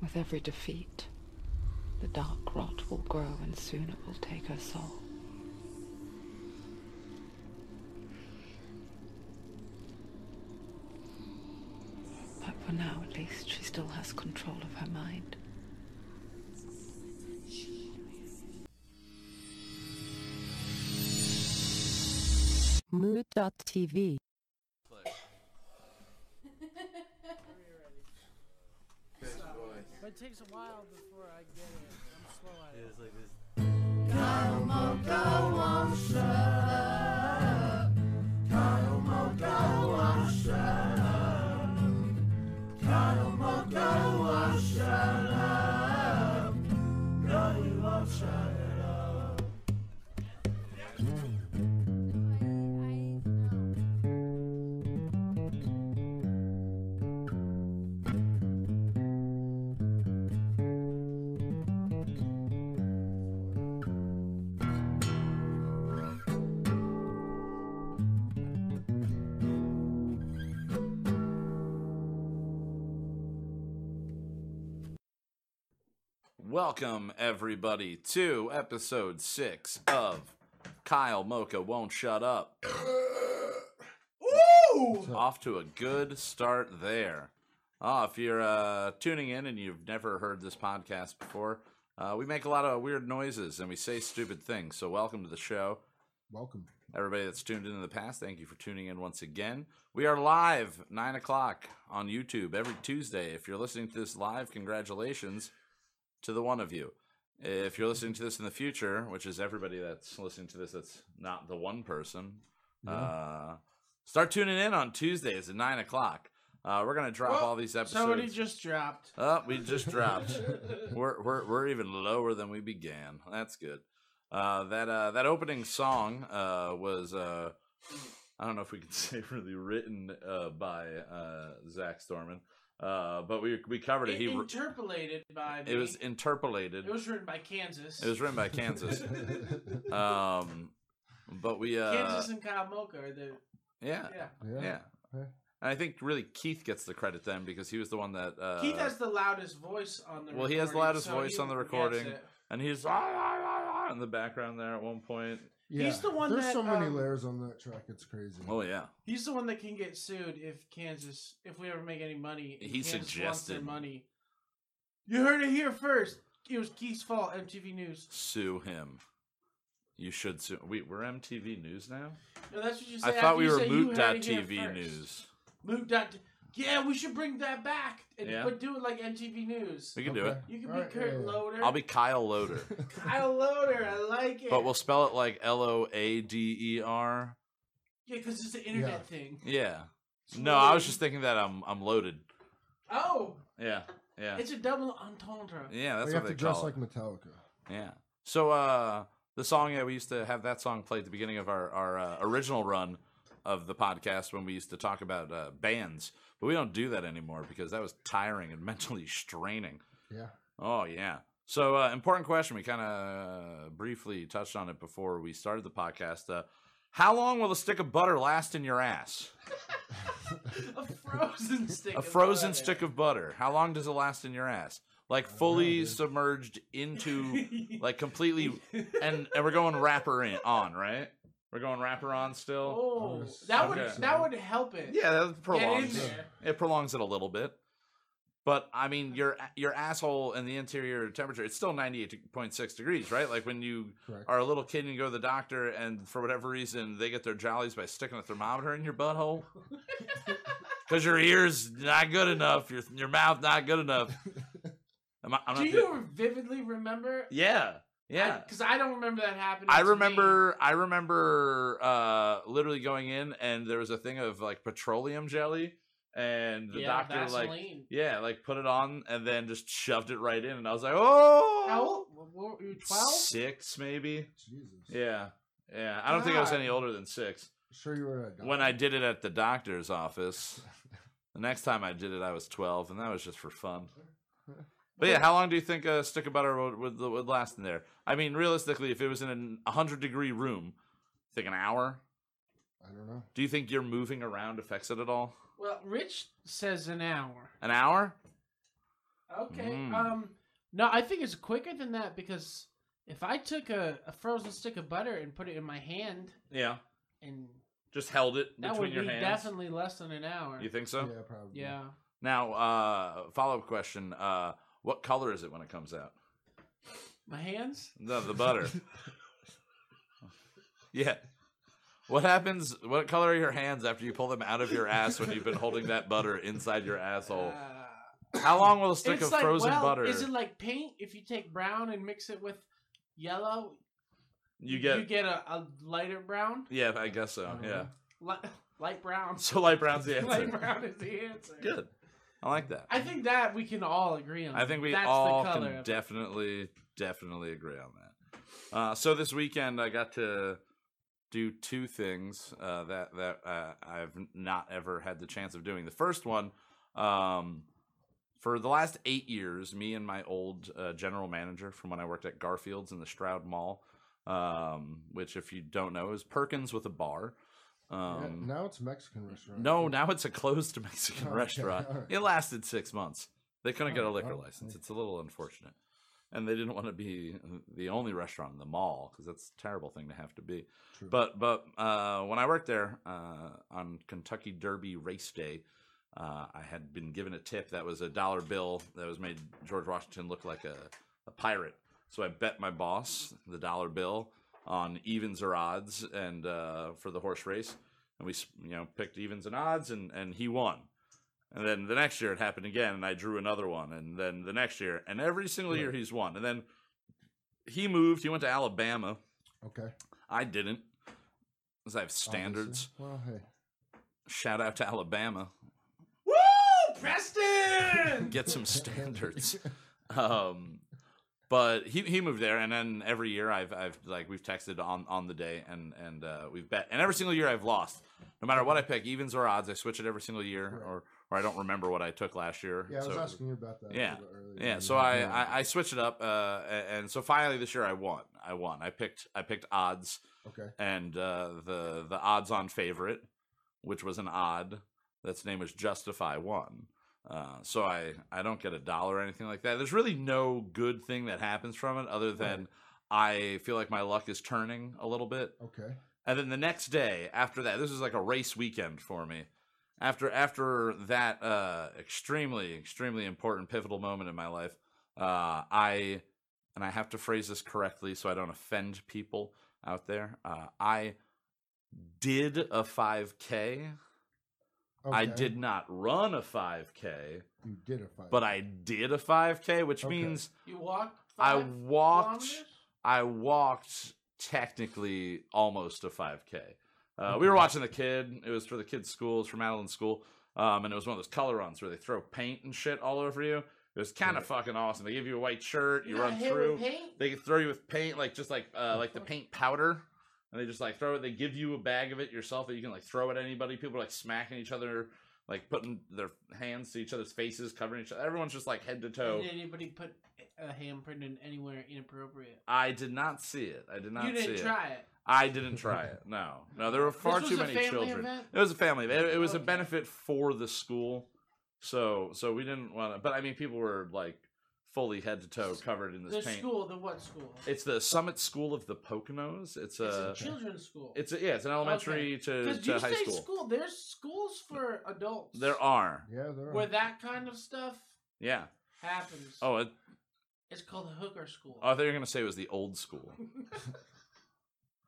With every defeat, the dark rot will grow and soon it will take her soul. But for now, at least, she still has control of her mind. Mood.tv. But it takes a while before I get it. I'm slow at it. Welcome, everybody, to episode six of Kyle Mocha Won't Shut Up. Off to a good start there. Ah, if you're uh, tuning in and you've never heard this podcast before, uh, we make a lot of weird noises and we say stupid things. So, welcome to the show. Welcome. Everybody that's tuned in in the past, thank you for tuning in once again. We are live nine o'clock on YouTube every Tuesday. If you're listening to this live, congratulations to the one of you. If you're listening to this in the future, which is everybody that's listening to this that's not the one person, uh, start tuning in on Tuesdays at nine o'clock. Uh, we're gonna drop all these episodes. Somebody just dropped. Oh, we just dropped. we're, we're we're even lower than we began. That's good. Uh, that uh, that opening song uh, was uh, I don't know if we can say really written uh, by uh, Zach Storman, uh, but we we covered it. It He interpolated by. it was me. interpolated. It was written by Kansas. It was written by Kansas. um, but we uh, Kansas and Kyle Mocha are the. yeah, Yeah. yeah. Okay. And I think really Keith gets the credit then because he was the one that uh, Keith has the loudest voice on the. Well, he has the recording, loudest so voice he on the gets recording. it. and he's "Ah, ah, ah, ah," in the background there at one point. He's the one There's that, so many um, layers on that track. It's crazy. Oh yeah, He's the one that can get sued if Kansas, if we ever make any money. and He Kansas wants their suggested- money. You heard it here first. It was Keith's fault. MTV News. sue him. You should sue. We we're MTV News now. No, that's what you I said. thought after we you were said you heard it here Moot.tv first. News. Moot. dot- Yeah, we should bring that back, and, Yeah. but do it like MTV News. We can do Okay. it. You can be Alright, Kurt yeah, yeah. Loader. I'll be Kyle Loader, Kyle Loader. I like it. but we'll spell it like L O A D E R. yeah, because it's an internet thing. Yeah. No, I was just thinking that I'm I'm loaded. Oh, Yeah. Yeah. it's a double entendre. Yeah, that's we what have they to dress call like it. Metallica. Yeah. So uh, the song yeah, we used to have that song played at the beginning of our our uh, original run of the podcast when we used to talk about uh, bands, but we don't do that anymore because that was tiring and mentally straining. Yeah. Oh yeah. So uh, important question. We kind of briefly touched on it before we started the podcast. Uh, how long will a stick of butter last in your ass? A frozen stick. a frozen stick of butter. How long does it last in your ass? Like fully submerged into, like completely, and and we're going wrapper in on right. We're going wrapper on still. Oh, Okay. that would that would help it. Yeah, that prolongs. Get in there. It prolongs it a little bit. But I mean, your your asshole and the interior temperature, it's still ninety eight point six degrees, right? Like when you Correct. are a little kid and you go to the doctor, and for whatever reason they get their jollies by sticking a thermometer in your butthole because your ears not good enough, your your mouth not good enough. Am I, I'm Do not- you vividly remember? yeah, yeah. Because I, don't remember that happening. I to me. remember I remember uh literally going in and there was a thing of like petroleum jelly and the Yeah, doctor like Vaseline. yeah, like put it on and then just shoved it right in and I was like, "Oh!" How old? What were you? Twelve? 6 maybe. Jesus. Yeah. Yeah, I don't think I was God. Oh any older than 6. Sure, you were at a When I did it at the doctor's office, the next time I did it I was 12 and that was just for fun. But yeah, how long do you think a stick of butter would, would, would last in there? I mean, realistically, if it was in an 100 degree room, think an hour? I don't know. Do you think your moving around affects it at all? Well, Rich says an hour. An hour? Okay. Mm. Um. No, I think it's quicker than that because if I took a, a frozen stick of butter and put it in my hand, Yeah. and Just held it that between would your be hands. definitely less than an hour. You think so? yeah, probably. yeah. Now, uh, follow up question: uh, What color is it when it comes out? My hands. The, the butter. yeah. What happens? What color are your hands after you pull them out of your ass when you've been holding that butter inside your asshole? Uh, How long will a stick of frozen well, butter? Is it like paint? If you take brown and mix it with yellow, you get. you get a, a lighter brown, yeah, I guess so. Yeah. Li- light brown. So light brown's the Light answer. brown is the answer. Good. I like that. I think that we can all agree on. I think we That's all the color can of it. definitely, definitely agree on that. Uh, so this weekend, I got to do two things uh, that that uh, I've not ever had the chance of doing. The first one, um, for the last eight years, me and my old uh, general manager from when I worked at Garfield's in the Stroud Mall, um, which, if you don't know, is Perkins with a bar. Yeah, Um, now it's a Mexican restaurant. no, now it's a closed Mexican Okay, restaurant. all right. It lasted six months. They couldn't get a Oh, liquor well, license. hey. It's a little unfortunate. And they didn't want to be the only restaurant in the mall because that's a terrible thing to have to be. True. But but uh, when I worked there uh, on Kentucky Derby race day, uh, I had been given a tip that was a dollar bill that was made George Washington look like a, a pirate. So I bet my boss the dollar bill on evens or odds, and uh, for the horse race, and we s- you know picked evens and odds, and and he won. And then the next year it happened again, and I drew another one, and then the next year, and every single year he's won. And then he moved. He went to Alabama. okay. I didn't. Because I have standards. Obviously. Well, hey. Shout out to Alabama. Woo, Preston! Get some standards. Um, but he, he moved there, and then every year I've I've like we've texted on on the day, and and uh, we've bet, and every single year I've lost, no matter what I pick, evens or odds. I switch it every single year, Right. or or I don't remember what I took last year. Yeah, I was so- asking you about that. a Yeah. little earlier. Yeah, You so had I, no I I switched it up, uh, a- and so finally this year I won. I won. I picked I picked odds, Okay. and uh, the the odds on favorite, which was an odd that's name was Justify One. Uh, so I I don't get a dollar or anything like that. There's really no good thing that happens from it other than I feel like my luck is turning a little bit. Okay. And then the next day after that, this was like a race weekend for me. After after that uh, extremely extremely important pivotal moment in my life, uh, I and I have to phrase this correctly so I don't offend people out there. Uh, I did a 5K. I Okay. did not run a 5K, You did a fight. but I did a 5K, which Okay. means You walked. I five walked. kilometers? I walked technically almost a 5K. Uh, we were watching the kid. It was for the kids' school. It was for Madeline's school. Um, and it was one of those color runs where they throw paint and shit all over you. It was kind of Right. fucking awesome. They give you a white shirt. You got run hit with through. paint? They throw you with paint, like just like uh, Oh, like the fuck. paint powder. And they just like throw it. They give you a bag of it yourself that you can like throw at anybody. People are like smacking each other, like putting their hands to each other's faces, covering each other. Everyone's just like head to toe. Did anybody put a handprint in anywhere inappropriate? I did not see it. I did not you didn't see it. try it. I didn't try it. No, no, there were far this too was a many family children. Event? It was a family. It, it was a Okay. benefit for the school, so so we didn't want to. But I mean, people were like fully head to toe covered in this The paint. school, the what school? It's the Summit School of the Poconos. It's It's a, a children's school. it's a yeah, it's an elementary to, Because you to high say school. school. There's schools for adults. There are Yeah, there where are. that kind of stuff yeah. happens. Oh, it, it's called the hooker school. oh, I thought you were gonna say it was the old school.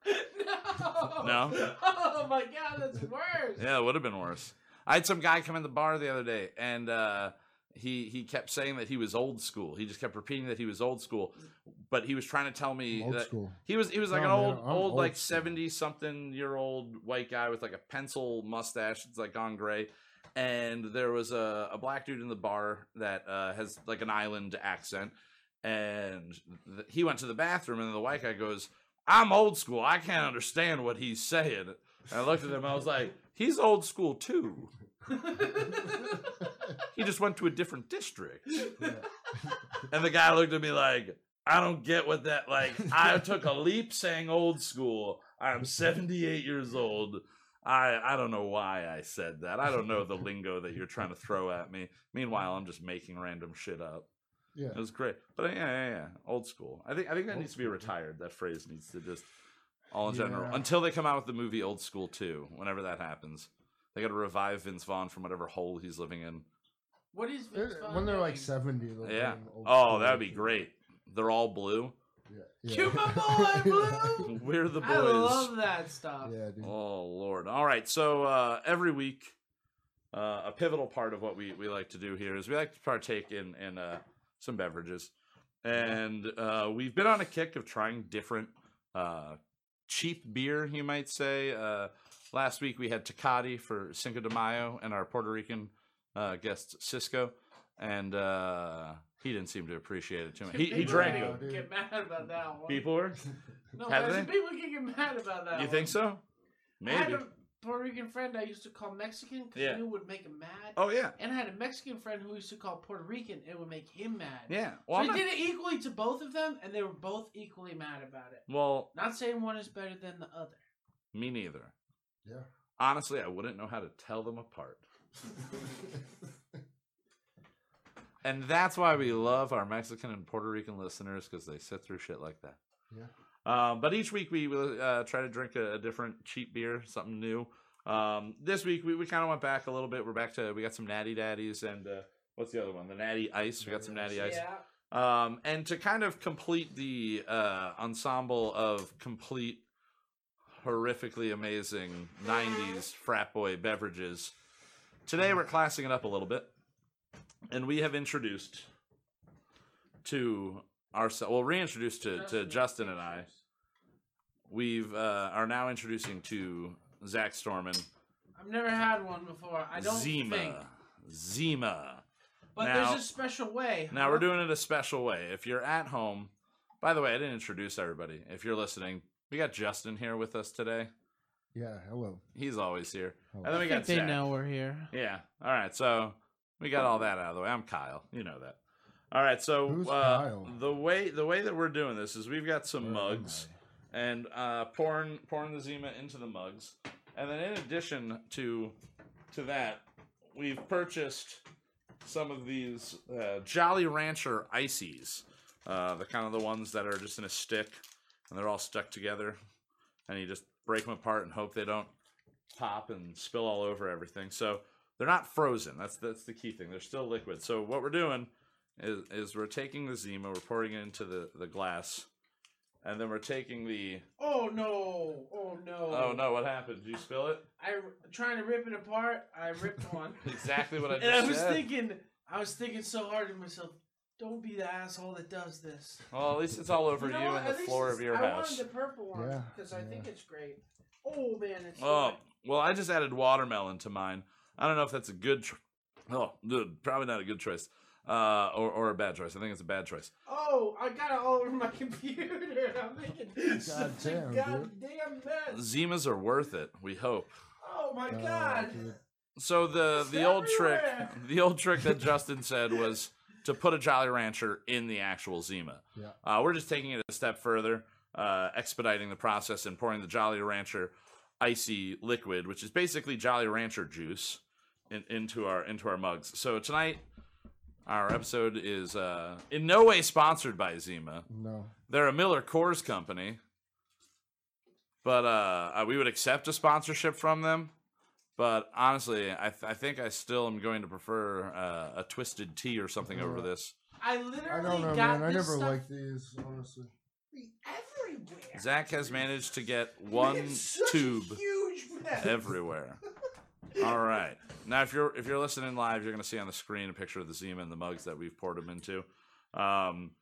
no. No? Oh my god, that's worse. Yeah, it would have been worse. I had some guy come in the bar the other day, and uh, he he kept saying that he was old school. He just kept repeating that he was old school, but he was trying to tell me Old that school. he was he was like No, an Oh, man, old I'm old, old like school. seventy something year old white guy with like a pencil mustache. It's like gone gray. And there was a, a black dude in the bar that uh, has like an island accent, and th- he went to the bathroom, and the white guy goes, "I'm old school. I can't understand what he's saying." I looked at him. I was like, he's old school too. He just went to a different district. And the guy looked at me like, I don't get what that like. I took a leap saying old school. I'm 78 years old. I I don't know why I said that. I don't know the lingo that you're trying to throw at me. Meanwhile, I'm just making random shit up. Yeah. It was great, but uh, yeah, yeah, yeah, old school. I think I think that needs to be retired. That phrase needs to just all in general Yeah. until they come out with the movie Old School Two. Whenever that happens, they got to revive Vince Vaughn from whatever hole he's living in. What is Vince They're- Vaughn when they're doing? like 70, they'll Yeah. bring old Oh, school that'd be shit. great. They're all blue. Yeah. yeah. Cuba boy, blue! We're the boys. I love that stuff. Yeah, dude. Oh Lord! All right, so uh, every week, uh, a pivotal part of what we, we like to do here is we like to partake in in uh, some beverages, and uh, we've been on a kick of trying different uh, cheap beer, you might say. Uh, last week we had Tecate for Cinco de Mayo, and our Puerto Rican uh, guest Cisco, and uh, he didn't seem to appreciate it too much. He, he People drank are it. it. gonna Get mad about that one. People were. no, have actually, they? people can get mad about that. You one. think so? I had Maybe. a Puerto Rican friend I used to call Mexican because Yeah. I knew it would make him mad. Oh yeah, And I had a Mexican friend who I used to call Puerto Rican. It would make him mad. yeah. so Well, I I'm not- did it equally to both of them, and they were both equally mad about it. well, Not saying one is better than the other. me neither. Yeah. Honestly, I wouldn't know how to tell them apart. And that's why we love our Mexican and Puerto Rican listeners because they sit through shit like that. Yeah. Um, but each week we will uh, try to drink a, a different cheap beer, something new. Um, this week we, we kind of went back a little bit. We're back to, we got some Natty Daddies and uh, what's the other one? The Natty Ice. We got some Natty Ice. Yeah. Um, and to kind of complete the uh, ensemble of complete, horrifically amazing 90s frat boy beverages, today we're classing it up a little bit. And we have introduced to ourselves, well, reintroduced to, to Justin and I, we've uh, are now introducing to Zach Storman I've never had one before. I don't Zima. think. Zima. But Now- there's a special way. Now we're huh? doing it a special way. If you're at home, by the way, I didn't introduce everybody. If you're listening, we got Justin here with us today. yeah, hello. He's always here. hello. And then we Oh, I think got they Zach. know we're here. Yeah. All right. So we got all that out of the way. I'm Kyle. You know that. All right. So Who's uh, Kyle? the way the way that we're doing this is we've got some Where am mugs and uh, pouring pouring the Zima into the mugs, and then in addition to to that, we've purchased some of these uh, Jolly Rancher ices, uh, the kind of the ones that are just in a stick, and they're all stuck together, and you just break them apart and hope they don't pop and spill all over everything. So they're not frozen. That's that's the key thing. They're still liquid. So what we're doing is, is we're taking the Zima, we're pouring it into the, the glass, and then we're taking the. Oh no! Oh no! Oh no! What happened? Did you spill it? I trying to rip it apart. I ripped one. Exactly what I just and I was said. thinking, I was thinking so hard to myself, don't be the asshole that does this. well, at least it's all over you, know what? and the At least floor it's- of your I house. wanted the purple one Yeah, because I yeah. think it's great. Oh man, it's Oh, good. well, I just added watermelon to mine. I don't know if that's a good. Tr- oh, good. Probably not a good choice. Uh, or, or a bad choice. I think it's a bad choice. Oh, I got it all over my computer. I'm making such a Goddamn, dude. goddamn mess. Zimas are worth it. We hope. Oh my Oh, god! dude. So the It's the old trick, everywhere. the old trick that Justin said was to put a Jolly Rancher in the actual Zima. Yeah. Uh, we're just taking it a step further, uh, expediting the process and pouring the Jolly Rancher icy liquid, which is basically Jolly Rancher juice, in, into our into our mugs. So tonight, our episode is uh, in no way sponsored by Zima. No. They're a Miller Coors company, but uh, uh, we would accept a sponsorship from them. But honestly, I, th- I think I still am going to prefer uh, a twisted tea or something Mm-hmm. over this. I I literally don't know, got man. I this never stuff liked these, honestly. everywhere. Zach has managed to get Making one such a tube huge mess. everywhere. All right. Now, if you're if you're listening live, you're going to see on the screen a picture of the Zima and the mugs that we've poured them into. Um,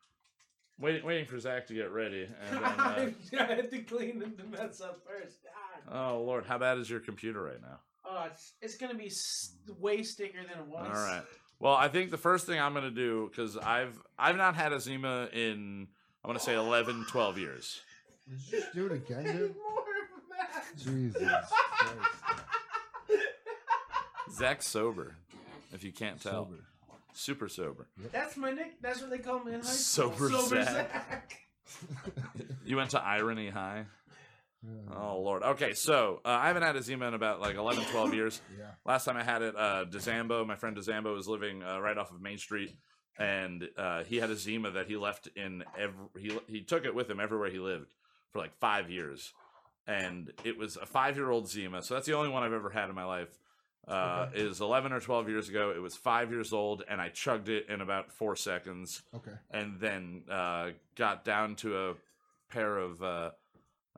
waiting waiting for Zach to get ready. And then, uh, I had to clean the mess up first. God. oh Lord, how bad is your computer right now? Oh, it's, it's gonna be s- way stickier than it was. All right. Well, I think the first thing I'm going to do because I've I've not had a Zima in I want to say 11, 12 years. Did you just do it again, Any more dude? of that? Jesus Christ. Zach's sober, if you can't tell, Sober. super sober. That's my nick. That's what they call me in high school. Sober Sober Zach. You went to Irony High. Oh lord. Okay, so uh, I haven't had a Zima in about like 11, 12 years. Yeah. Last time I had it, uh, DeZambo, my friend DeZambo, was living uh, right off of Main Street, and uh, he had a Zima that he left in every. He he took it with him everywhere he lived for like five years, and it was a five-year-old Zima. So that's the only one I've ever had in my life. Uh, Okay. is 11 or 12 years ago. It was five years old, and I chugged it in about four seconds Okay. and then uh, got down to a pair of uh,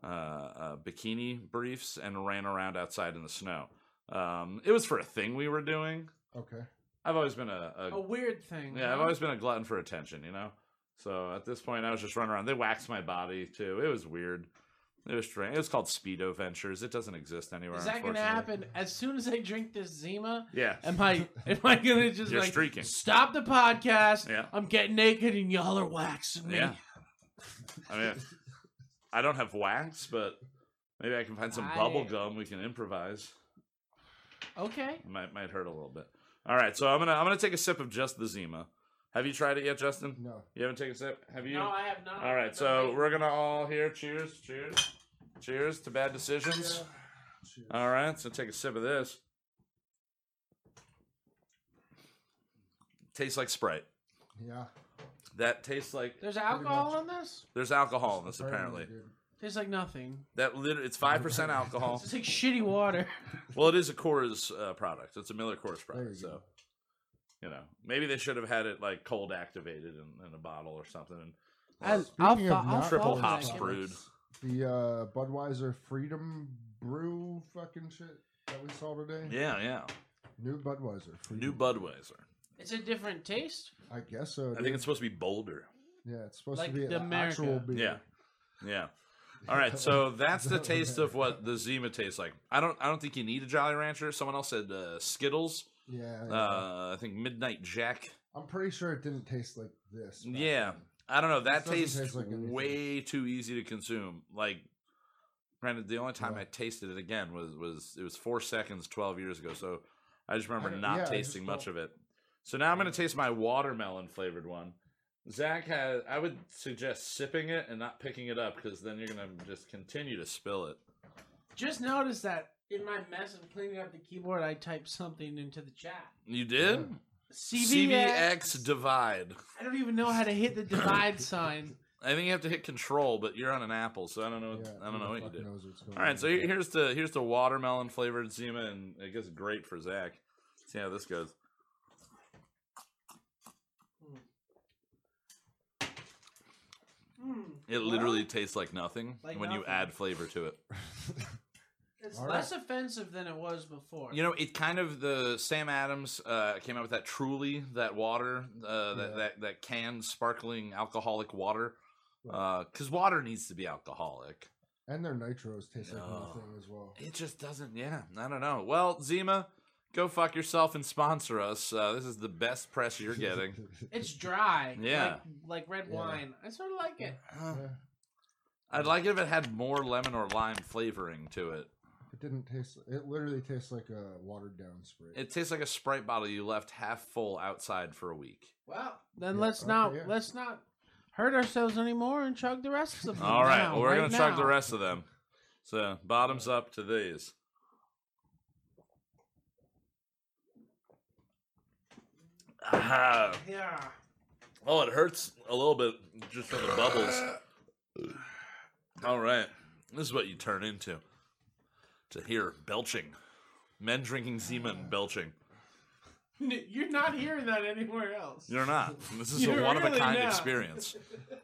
uh, uh, bikini briefs and ran around outside in the snow. Um, it was for a thing we were doing. Okay. I've always been a, a A weird thing. yeah, I've huh? always been a glutton for attention, you know. So at this point, I was just running around. They waxed my body too. It was weird. It was strange. It was called Speedo Ventures. It doesn't exist anywhere. Is that gonna unfortunately. happen as soon as I drink this Zima? Yeah. Am I am I gonna just You're like streaking. stop the podcast? Yeah. I'm getting naked and y'all are waxing me. Yeah. I mean, I don't have wax, but maybe I can find some I- bubble gum. We can improvise. Okay. It might might hurt a little bit. All right, so I'm gonna I'm gonna take a sip of just the Zima. Have you tried it yet, Justin? No. You haven't taken a sip. Have you? No, I have not. all right, so we're gonna all here. Cheers, cheers, cheers to bad decisions. All right, so take a sip of this. Tastes like Sprite. Yeah. That tastes like There's alcohol on this? there's alcohol in this apparently. Tastes like nothing. That liter- it's five percent alcohol. It's like shitty water. Well, it is a Coors uh, product. It's a Miller Coors There you product. go. So, you know, maybe they should have had it like cold activated in, in a bottle or something. And I, well, I'll, Speaking of fo- I'll not triple cold follow hops that. brewed. The uh, Budweiser Freedom Brew fucking shit that we saw today. Yeah, yeah. New Budweiser. Freedom. New Budweiser. It's a different taste. I guess so. I dude. think it's supposed to be bolder. yeah. It's supposed like to be the an actual America. beer. Yeah. Yeah. All right, so that's the taste of what the Zima tastes like. I don't, I don't think you need a Jolly Rancher. Someone else said uh, Skittles. Yeah. yeah. Uh, I think Midnight Jack. I'm pretty sure it didn't taste like this. back Yeah. then. I don't know. That doesn't tastes taste like anything. way too easy to consume. Like, granted, the only time Yeah. I tasted it again was was it was four seconds twelve years ago. So I just remember don't- not yeah, I just tasting much don't- of it. So now I'm gonna taste my watermelon flavored one. Zach has. I would suggest sipping it and not picking it up because then you're gonna just continue to spill it. Just noticed that in my mess of cleaning up the keyboard, I typed something into the chat. You did CVX. CVX divide. I don't even know how to hit the divide sign. I think you have to hit control, but you're on an Apple, so I don't know. what- I don't know what you do. All right, so here- here's the here's the watermelon flavored Zima, and I guess great for Zach. See how this goes. Hmm. It Well, literally tastes like nothing Like when you nothing. add flavor to it. it's All less offensive than it was before. You know, it kind of the Sam Adams uh, came out with that Truly, that water, uh, that, Yeah. that that canned sparkling alcoholic water, Right. because water needs to be alcoholic. and their nitros taste like No. nothing as well. It just doesn't. Yeah, I don't know. Well, Zima, go fuck yourself and sponsor us. Uh, this is the best press you're getting. it's dry. Yeah. like, like red Yeah. wine. I sort of like it. Uh, Yeah, I'd like it if it had more lemon or lime flavoring to it. it didn't taste. It literally tastes like a watered down spray. It tastes like a Sprite bottle you left half full outside for a week. Well, then Yeah, let's okay, not yeah. let's not hurt ourselves anymore and chug the rest of them. All right, now, well, we're gonna chug the now. rest of them. So bottoms up to these. Ah, Yeah. oh, it hurts a little bit just from the bubbles. All right, this is what you turn into. To hear belching, men drinking Zima and belching. N- You're not hearing that anywhere else. You're not. This is You're a one of a really kind not. experience.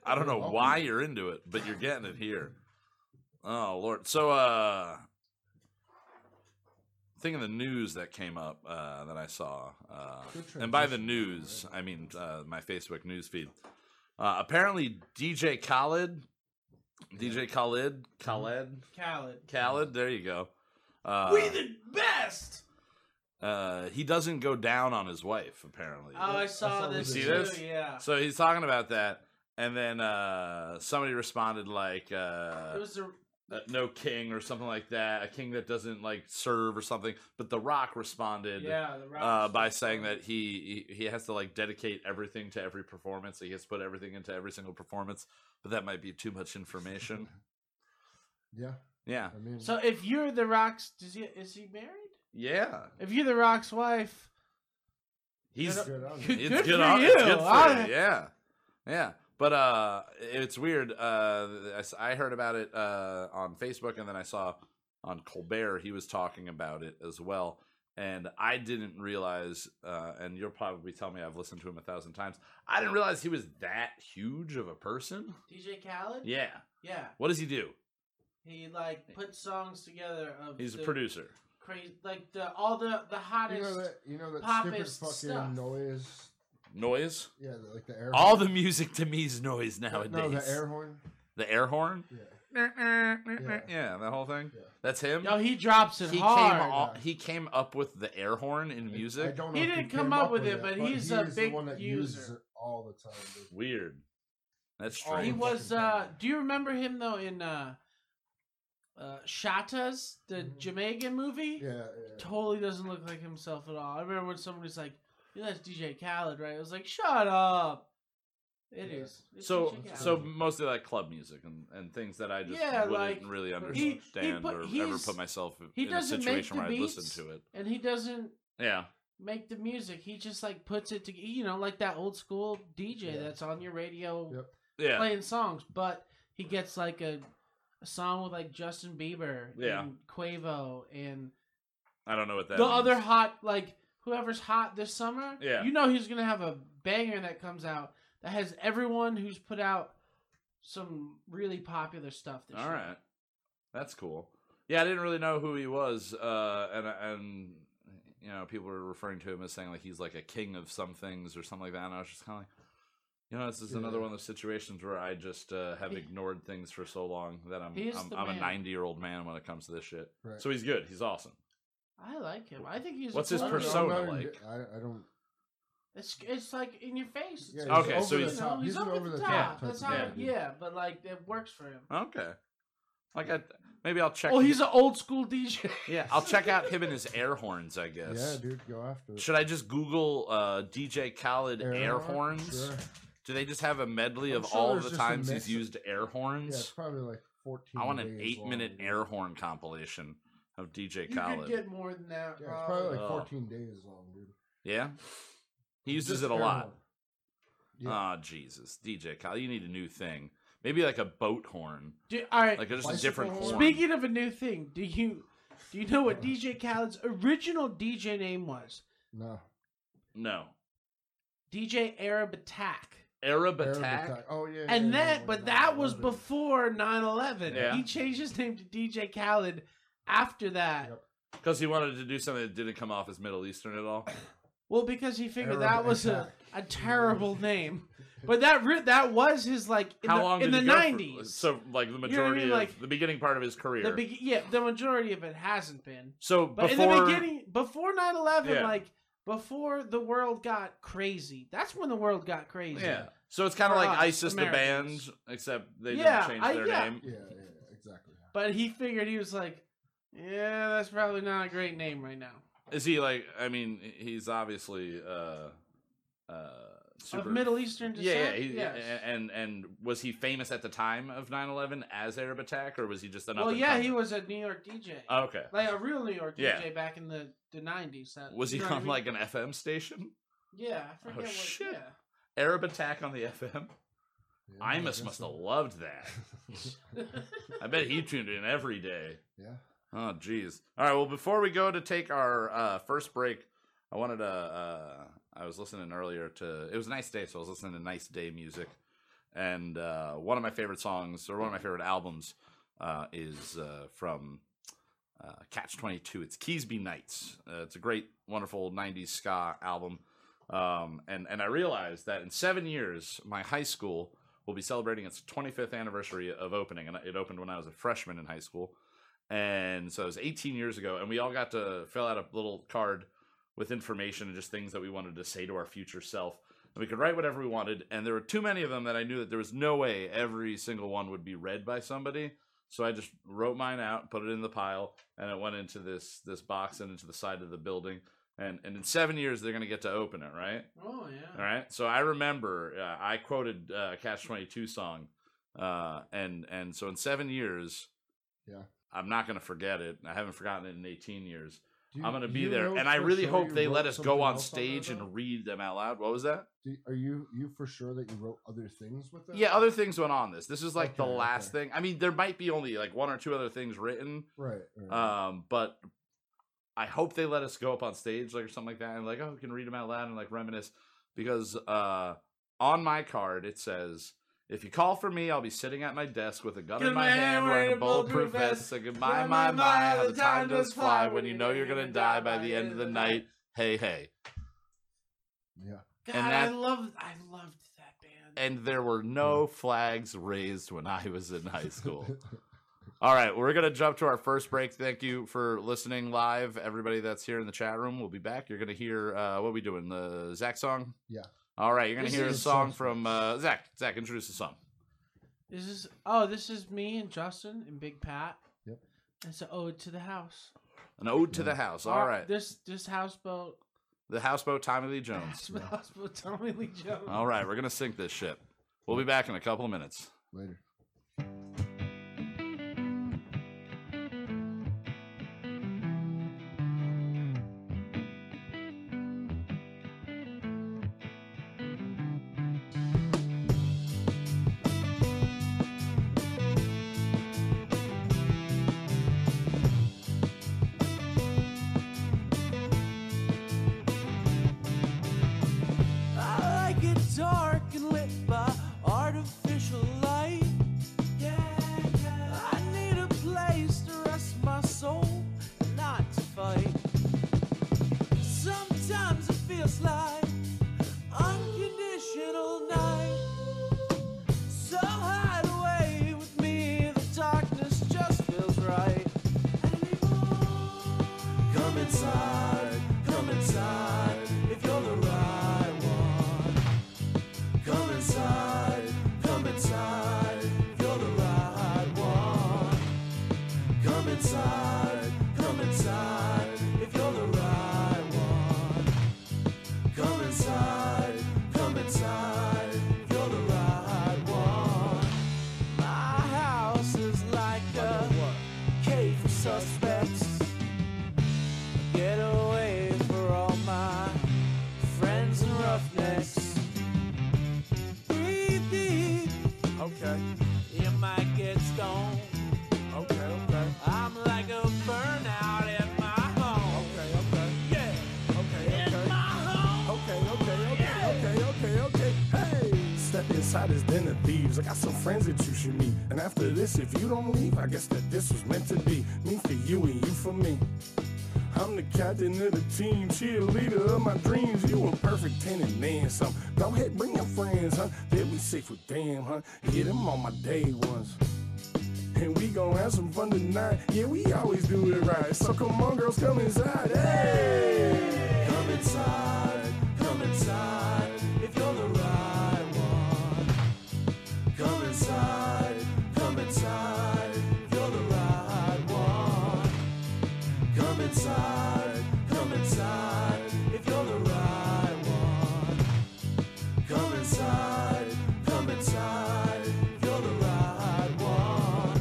I don't know why you're into it, but you're getting it here. Oh lord. So uh thing in the news that came up uh that I saw uh Good and by the transition, news, I mean uh my Facebook news feed. Uh apparently DJ Khaled DJ Khaled Mm-hmm. Khaled Khaled. Khaled, there you go. Uh, we the best. uh he doesn't go down on his wife apparently. Oh, I saw saw this. this. too, See this? Yeah. So he's talking about that, and then uh, somebody responded like, it uh, was a uh, "No king" or something like that, a king that doesn't like serve or something. But The Rock responded yeah. The uh, Rock's- by saying that he, he he has to like dedicate everything to every performance. He has to put everything into every single performance, but that might be too much information. Yeah, Yeah. I mean, So if you're the Rock's, does he is he married? Yeah. If you're the Rock's wife, He's good on good, you. it's good good, for on- you. it's good for I- you, Yeah. Yeah. But uh it's weird. Uh I s- I, heard about it uh on Facebook and then I saw on Colbert he was talking about it as well. And I didn't realize, uh, and you'll probably tell me I've listened to him a thousand times. I didn't realize he was that huge of a person. DJ Khaled. Yeah. yeah. What does he do? He like put songs together of He's a the producer. crazy, like the all the the you hottest. know that you know that pop stupid is fucking stuff. noise. Noise. Yeah, the- like the air. All horn. the music to me is noise nowadays. No, the air horn. the air horn. Yeah, Yeah, that whole thing. Yeah. That's him. Yo, he drops it he hard. came all, Yeah. he came up with the air horn in I- music. I don't know He if didn't come came up with it, but he he's a is big the one that uses user. it all the time. Dude. Weird. That's Oh, strange. he fucking was. uh bad. Do you remember him though in uh, uh Shatas, the Mhm. Jamaican movie? Yeah, yeah. Totally doesn't look like himself at all. I remember when somebody was like, "Yeah, that's DJ Khaled, right?" I was like, "Shut up." It Yeah. is. It's so DJ Khaled. so mostly like club music and, and things that I just Yeah, wouldn't like, really he- understand he put- or ever he's- put myself he in a doesn't make situation the where I'd beats. listen to it. and he doesn't Yeah. make the music. He just like puts it to you know like that old school DJ Yeah. that's on your radio Yep. Yeah. playing songs, but he gets like a, a song with like Justin Bieber Yeah. and Quavo and I don't know what that the means. other hot like whoever's hot this summer. Yeah. you know he's gonna have a banger that comes out that has everyone who's put out some really popular stuff this All year. right, that's cool. Yeah, I didn't really know who he was, uh, and and you know, people were referring to him as saying like he's like a king of some things or something like that. And I was just kind of like, you know, this is another Yeah. one of those situations where I just uh, have He- ignored things for so long that I'm He is I'm, the I'm a man. ninety year old man when it comes to this shit. Right. So he's good. He's awesome. I like him. I think he's a What's his I cool don't know, I'm dude. persona not even- like? I, I don't. It's it's like in your face. It's Yeah, he's Okay, so you he's- know, he's, he's an over the top. over-the-top That's type how. of Yeah. guy, dude. but like it works for him. Okay, like I maybe I'll check. Oh, he's an old school DJ. yeah. I'll check out him and his air horns. I guess. Yeah, dude, go after it. Should I just Google uh, DJ Khaled air, horn? horns? Sure. Do they just have a medley I'm of sure all there's the just a times mix he's of- used air Yeah, it's horns? probably like fourteen. I want an days eight minute long, dude. air horn compilation of DJ You could Khaled. get more than that. Yeah, it's probably. probably like Oh. fourteen days long, dude. yeah? He uses Just it a air lot. horn. Ah, Yeah. Jesus. DJ Khaled, you need a new thing. Maybe like a boat horn. Do- all right. Like just a Bicycle different horn? horn. Speaking of a new thing, do you do you know what DJ Khaled's original DJ name was? no. no. DJ Arab Attack. Arab Arab attack? attack. Oh yeah. yeah, And yeah, that, when but nine that was eleven. before 9/11. Yeah. He changed his name to DJ Khaled after that. Yep. Because he wanted to do something that didn't come off as Middle Eastern at all. Well, because he figured Arab that was a, attack. a terrible name. But that re- that was his like in How the, long in the did he go for- nineties. so like the what I majority mean? of Like, the beginning part of his career. the be- yeah, the majority of it hasn't been. so But before in the beginning, before 9-11, Yeah. like before the world got crazy. That's when the world got crazy. Yeah. So it's kind of For like us, ISIS Americans. the band, except they Yeah, didn't I- change their yeah. name. Yeah, yeah, exactly. But he figured he was like, yeah, that's probably not a great name right now. Is he like? I mean, he's obviously uh, uh, super Of Middle Eastern descent. Yeah, yeah. He, yes. And and was he famous at the time of 9-11 as Arab Attack, or was he just an? Well, up and yeah, coming? he was a New York DJ, Okay. like a real New York Yeah. DJ back in the the nineties. Was he you know on what I mean? like an FM station? Yeah, I forget what. shit. Yeah. Arab Attack on the FM. Yeah, I Imus guess must have so. loved that. I bet he tuned in every day. yeah. Oh, geez. All right. Well, before we go to take our uh, first break, I wanted to. Uh, I was listening earlier to. It was a nice day, so I was listening to nice day music, and uh, one of my favorite songs or one of my favorite albums uh, is uh, from uh, Catch Twenty Two. It's Keysby Nights. Uh, it's a great, wonderful '90s ska album, um, and and I realized that in seven years, my high school will be celebrating its 25th anniversary of opening, and it opened when I was a freshman in high school and so it was 18 years ago and we all got to fill out a little card with information and just things that we wanted to say to our future self and we could write whatever we wanted and there were too many of them that i knew that there was no way every single one would be read by somebody so i just wrote mine out put it in the pile and it went into this this box and into the side of the building and and in seven years they're going to get to open it right Oh yeah. all right. So I remember uh, I quoted uh, Catch Twenty Two song, uh, and and so in seven years, Yeah. I'm not gonna forget it. I haven't forgotten it in 18 years. Do you- I'm gonna do be you there, know and I for really sure hope you they wrote let us something go on else there, stage though? and read them out loud. What was that? Do- are you you for sure that you wrote other things with it? Yeah, other things went on this. This is like the Okay, last okay. thing. I mean, there might be only like one or two other things written, Right. right. um, but I hope they let us go up on stage like or something like that, and like oh, we can read them out loud and like reminisce because uh, on my card it says. If you call for me, I'll be sitting at my desk with a gun Good in my man, hand, wearing a bulletproof vest. Say goodbye, my, my, how the time does fly when you know you're gonna die by the end of the night. Hey, hey. yeah. God, And I that- loved I loved that band. And there were no flags raised when I was in high school. All right, we're going to jump to our first break. Thank you for listening live, everybody that's here in the chat room. We'll be back. You're going to hear uh, what are we doing? The Zach song. Yeah. All right, you're going This to hear a is- song from uh, Zach. Zach, introduce the song. This is oh, this is me and Justin and Big Pat. Yep. It's an ode to the house. An ode to Yeah. the house. All right, Uh, This this houseboat. the houseboat, Tommy Lee Jones. Houseboat, houseboat Tommy Lee Jones. All right, we're going to sink this ship. We'll be back in a couple of minutes. Later. I like it dark and lit by artificial light. Yeah, yeah. I need a place to rest my soul, not to fight. Sometimes it feels like unconditional night. So hide away with me, the darkness just feels right. Anymore. Come inside, come inside, if you're the right one. Come inside, come inside, if you're the right one. Come inside, come inside, if you're the right one. Come inside, come inside, if you're the right one. My house is like a cave for suspects. Get away for all my friends and roughnecks. Breathe deep, Okay, you might get stoned. okay, okay, I'm like a burnout at my home. okay, okay, Yeah, okay, at okay. my home. Okay, okay, okay, okay, okay, okay. Hey, step inside is den of thieves. I got some friends that you should meet. And after this, if you don't leave, I guess that this was meant to be. Me for you and you for me. I'm the captain of the team, cheerleader of my dreams. You a perfect tenant, man. Some go ahead, bring your friends, huh? They'll be safe with them, huh? Yeah, them all my day ones. And we gon' have some fun tonight. Yeah, we always do it right. So come on, girls, come inside. Hey! Come inside, come inside, if you're the right one. Come inside, come inside, if you're the right one. Come inside, come inside, if you're the right one. Come inside, come inside, if you're the right one.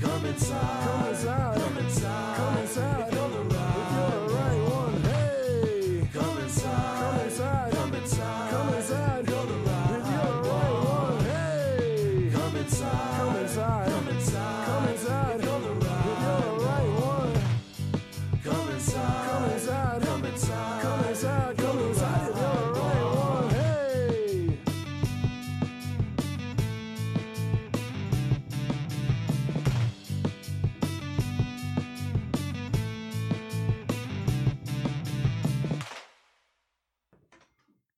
Come Come inside, inside. come inside, Come inside. if you're the If right you're the right one, hey! Come inside. Come inside. Come inside. Come inside. If You're you're the the right one, hey! Come inside. Come inside. Come inside. Come inside. If you're the If you're the right one, Come inside. come inside. Come inside. Come inside. Come inside. If you're the right one, hey!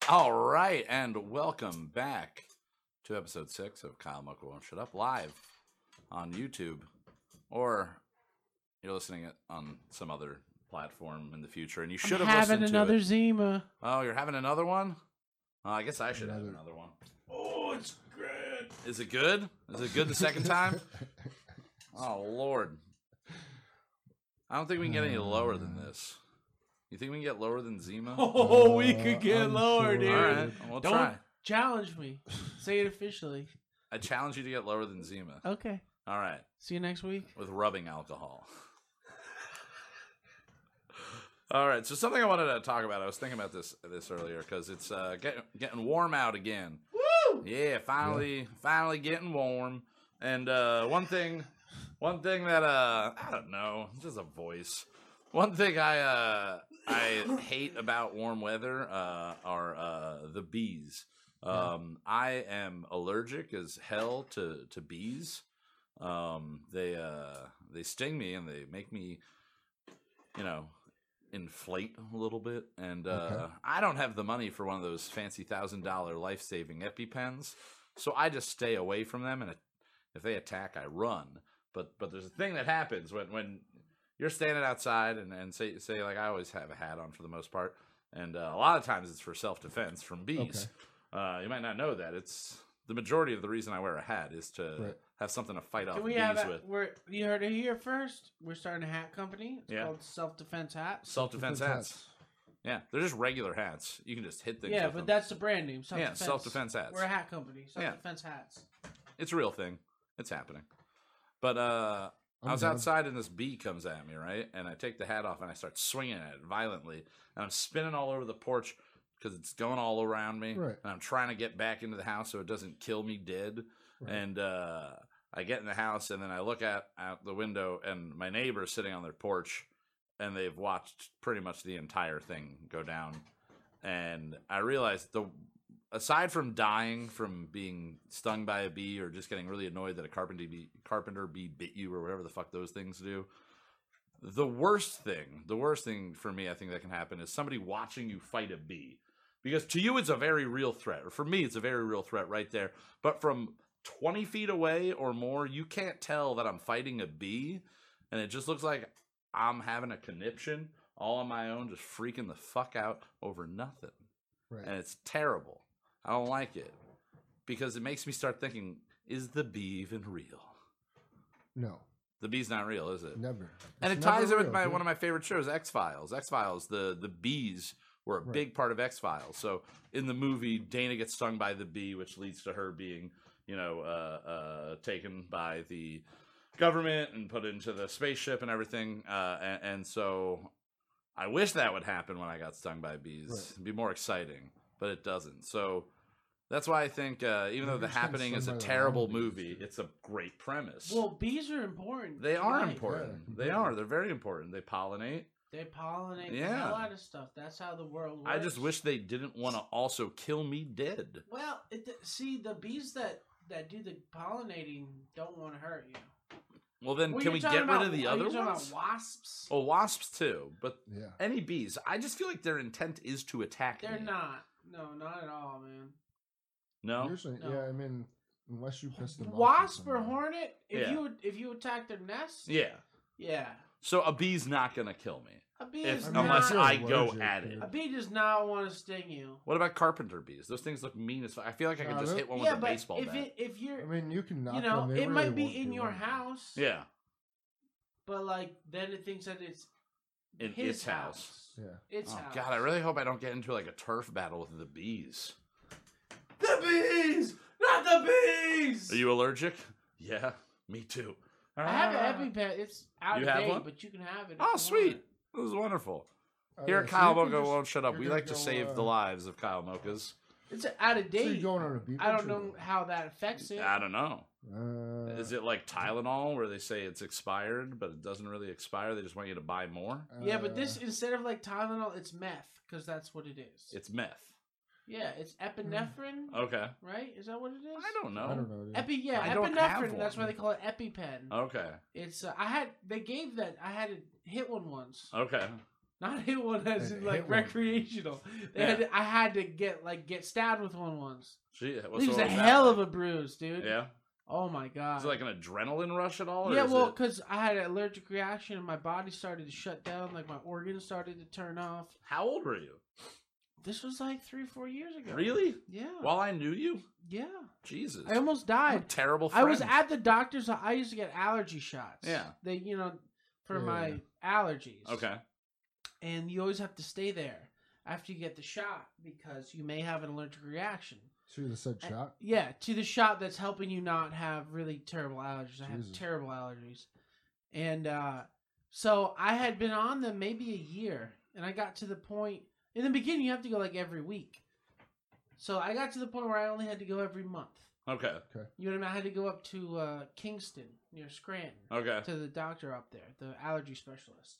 All right, and welcome back to episode six of Kyle Muckle Won't Shut Up live on YouTube, or you're listening it on some other platform in the future, and you should I'm have having listened another to it. Zima. Oh, you're having another one? Uh, I guess I should have Another- another one. Oh, it's good. Is it good? Is it good the second time? oh Lord, I don't think we can get any lower than Uh. this. You think we can get lower than Zima? Oh, we Uh, could get I'm lower, sure. dude. All right, we'll Don't try. challenge me. Say it officially. I challenge you to get lower than Zima. Okay. All right. See you next week. with rubbing alcohol. All right, so something I wanted to talk about. I was thinking about this this earlier because it's uh, getting getting warm out again. Woo! Yeah, finally, finally getting warm. And uh, one thing, one thing that uh, I don't know, just a voice. One thing I uh, I hate about warm weather uh, are uh, the bees. Um, I am allergic as hell to to bees um they uh they sting me and they make me you know inflate a little bit and uh i don't have the money for one of those fancy thousand dollar life-saving epipens so i just stay away from them and if they attack i run but but there's a thing that happens when when you're standing outside and, and say say like i always have a hat on for the most part and uh, a lot of times it's for self-defense from bees uh, you might not know that it's the majority of the reason i wear a hat is to Right. have something to fight off Can we bees have a, with we're, you heard it here first. We're starting a hat company. It's Yeah. called Self Defense Hats. self-defense hats yeah they're just regular hats you can just hit things Yeah, with but them. that's the brand name. Self yeah Defense. self-defense hats We're a hat company. Self Defense Hats. it's a real thing it's happening but uh I I'm was down. outside and this bee comes at me, right? And I take the hat off and I start swinging at it violently. And I'm spinning all over the porch because it's going all around me. Right. And I'm trying to get back into the house so it doesn't kill me dead. Right. And uh, I get in the house and then I look out, out the window and my neighbor's sitting on their porch and they've watched pretty much the entire thing go down. And I realized the aside from dying from being stung by a bee or just getting really annoyed that a carpenter bee, carpenter bee bit you or whatever the fuck those things do, the worst thing, the worst thing for me, I think that can happen is somebody watching you fight a bee. Because to you, it's a very real threat. Or for me, it's a very real threat right there. But from 20 feet away or more, you can't tell that I'm fighting a bee. And it just looks like I'm having a conniption all on my own, just freaking the fuck out over nothing Right. and it's terrible. I don't like it because it makes me start thinking: Is the bee even real? no, The bee's not real, is it? never. and it It's ties never in with real, my dude. one of my favorite shows, X Files. X Files. The the bees were a Right. big part of X Files. So in the movie, Dana gets stung by the bee, which leads to her being, you know, uh, uh, taken by the government and put into the spaceship and everything. Uh, and, and so I wish that would happen when I got stung by bees. Right. It'd be more exciting, but it doesn't. So. That's why I think, uh, even though Maybe The it's getting Happening is a stung by the terrible wrong bees, movie, dude. it's a great premise. Well, bees are important. They are Right. Yeah, important. They completely. are. They're very important. They pollinate. They pollinate Yeah. a lot of stuff. That's how the world works. I just wish they didn't want to also kill me dead. Well, it, see, the bees that that do the pollinating don't want to hurt you. Well, then Well, can you're we talking get rid about- of the are you other talking ones? Oh, About wasps? Well, wasps too, but Yeah. any bees. I just feel like their intent is to attack. They're me. not. No, not at all, man. No. Usually, No. yeah. I mean, unless you piss them off. with Wasp or something. hornet? If Yeah. you if you attack their nest, Yeah. yeah. So a bee's not gonna kill me A bee if, is mean, unless not, you're I go allergic, at dude. it. a bee does not want to sting you. What about carpenter bees? Those things look mean as fuck. I feel like I could Nah, just they're- hit one yeah, with a but baseball if bat. it if you're I mean, you can knock you know them. it They really might won't be in do your anything. house, yeah. But like then it thinks that it's In his its house. house. Yeah. It's Oh house. God, I really hope I don't get into like a turf battle with the bees. the bees, not the bees. Are you allergic? Yeah, me too. I have an Ah. EpiPen. It's out You of have date, one? but you can have it. if you Oh, want sweet. it. This is wonderful. Oh, Here yeah, at so Kyle you can Mocha just- won't shut up. you're We gonna like to go, save uh, the lives of Kyle Mochas. It's out of So date. you're going on a beach? I don't know how that affects it. I don't know. Uh, Is it like Tylenol where they say it's expired, but it doesn't really expire? They just want you to buy more? Yeah, but this uh, instead of like Tylenol, it's meth because that's what it is. It's meth. yeah, it's epinephrine, Okay. right? Is that what it is? I don't know. I don't know. dude. Epi, yeah, I don't have epinephrine. That's why one. they call it EpiPen. Okay. It's uh, I had they gave that I had it hit one once, Okay. not hit one as Hit in like one. recreational. They Yeah. had to- I had to get like get stabbed with one once. Gee, Leaves what's what a was that hell like? of a bruise, dude. Yeah. Oh my god. Is it like an adrenaline rush at all? Or Yeah, is well, it- because I had an allergic reaction and my body started to shut down, like my organs started to turn off. how old were you? This was like three, four years ago. Really? Yeah. While I knew you? Yeah. Jesus. I almost I'm a died. terrible I was friend. at the doctor's. I used to get allergy shots. Yeah. They, you know, for Yeah, my yeah. allergies. Okay. And you always have to stay there after you get the shot because you may have an allergic reaction. To the said shot. Yeah, to the shot that's helping you not have really terrible allergies. I have Jesus. terrible allergies. And uh, so I had been on them maybe a year. And I got to the point, in the beginning, you have to go like every week. So I got to the point where I only had to go every month. Okay. You know what I mean? I had to go up to uh, Kingston near Scranton Okay. to the doctor up there, the allergy specialist.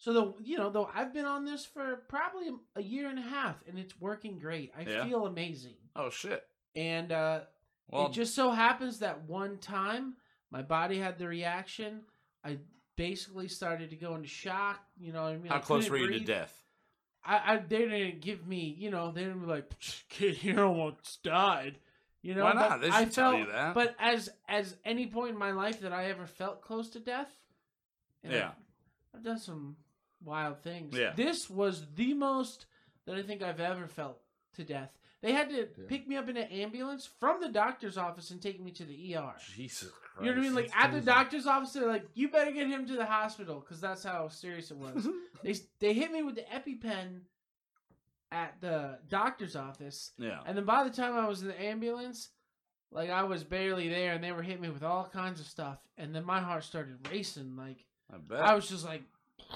So the you know though I've been on this for probably a year and a half, and it's working great. I Yeah. feel amazing. Oh shit. And uh, Well, it just so happens that one time my body had the reaction. I basically started to go into shock. You know, what I mean, how I close couldn't were you to breathe. death? I, I they didn't give me. You know, they didn't be like, kid, here almost died. You know, Why but not? They I should tell felt, you that. But as as any point in my life that I ever felt close to death, and Yeah. I've, I've done some wild things. Yeah. This was the most that I think I've ever felt to death. They had to Damn. pick me up in an ambulance from the doctor's office and take me to the ER. Jesus Christ. You know what I mean? Like that's at the crazy. doctor's office, they're like, "You better get him to the hospital," because that's how serious it was. they they hit me with the EpiPen at the doctor's office, yeah. and then by the time I was in the ambulance, like I was barely there, and they were hitting me with all kinds of stuff, and then my heart started racing. Like I bet. I was just like,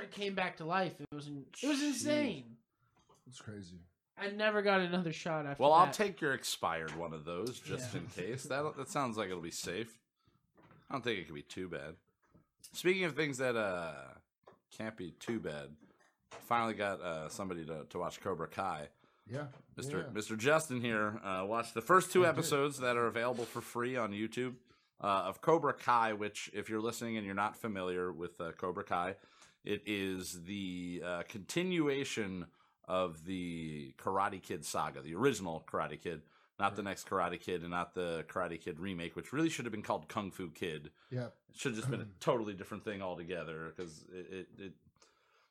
it came back to life. It was in, it was Jeez. insane. It's crazy. I never got another shot after. well, I'll that. take your expired one of those just Yeah. in case. That that sounds like it'll be safe. I don't think it could be too bad. Speaking of things that uh can't be too bad, finally got uh somebody to, to watch Cobra Kai. Yeah. Mr. Yeah. Mr. Justin here uh, watched the first two I did. episodes that are available for free on YouTube uh, of Cobra Kai, which, if you're listening and you're not familiar with uh, Cobra Kai, it is the uh, continuation of the Karate Kid saga, the original Karate Kid, not the next Karate Kid and not the Karate Kid remake, which really should have been called Kung Fu Kid. Yeah. It should have just been a totally different thing altogether because it, it, it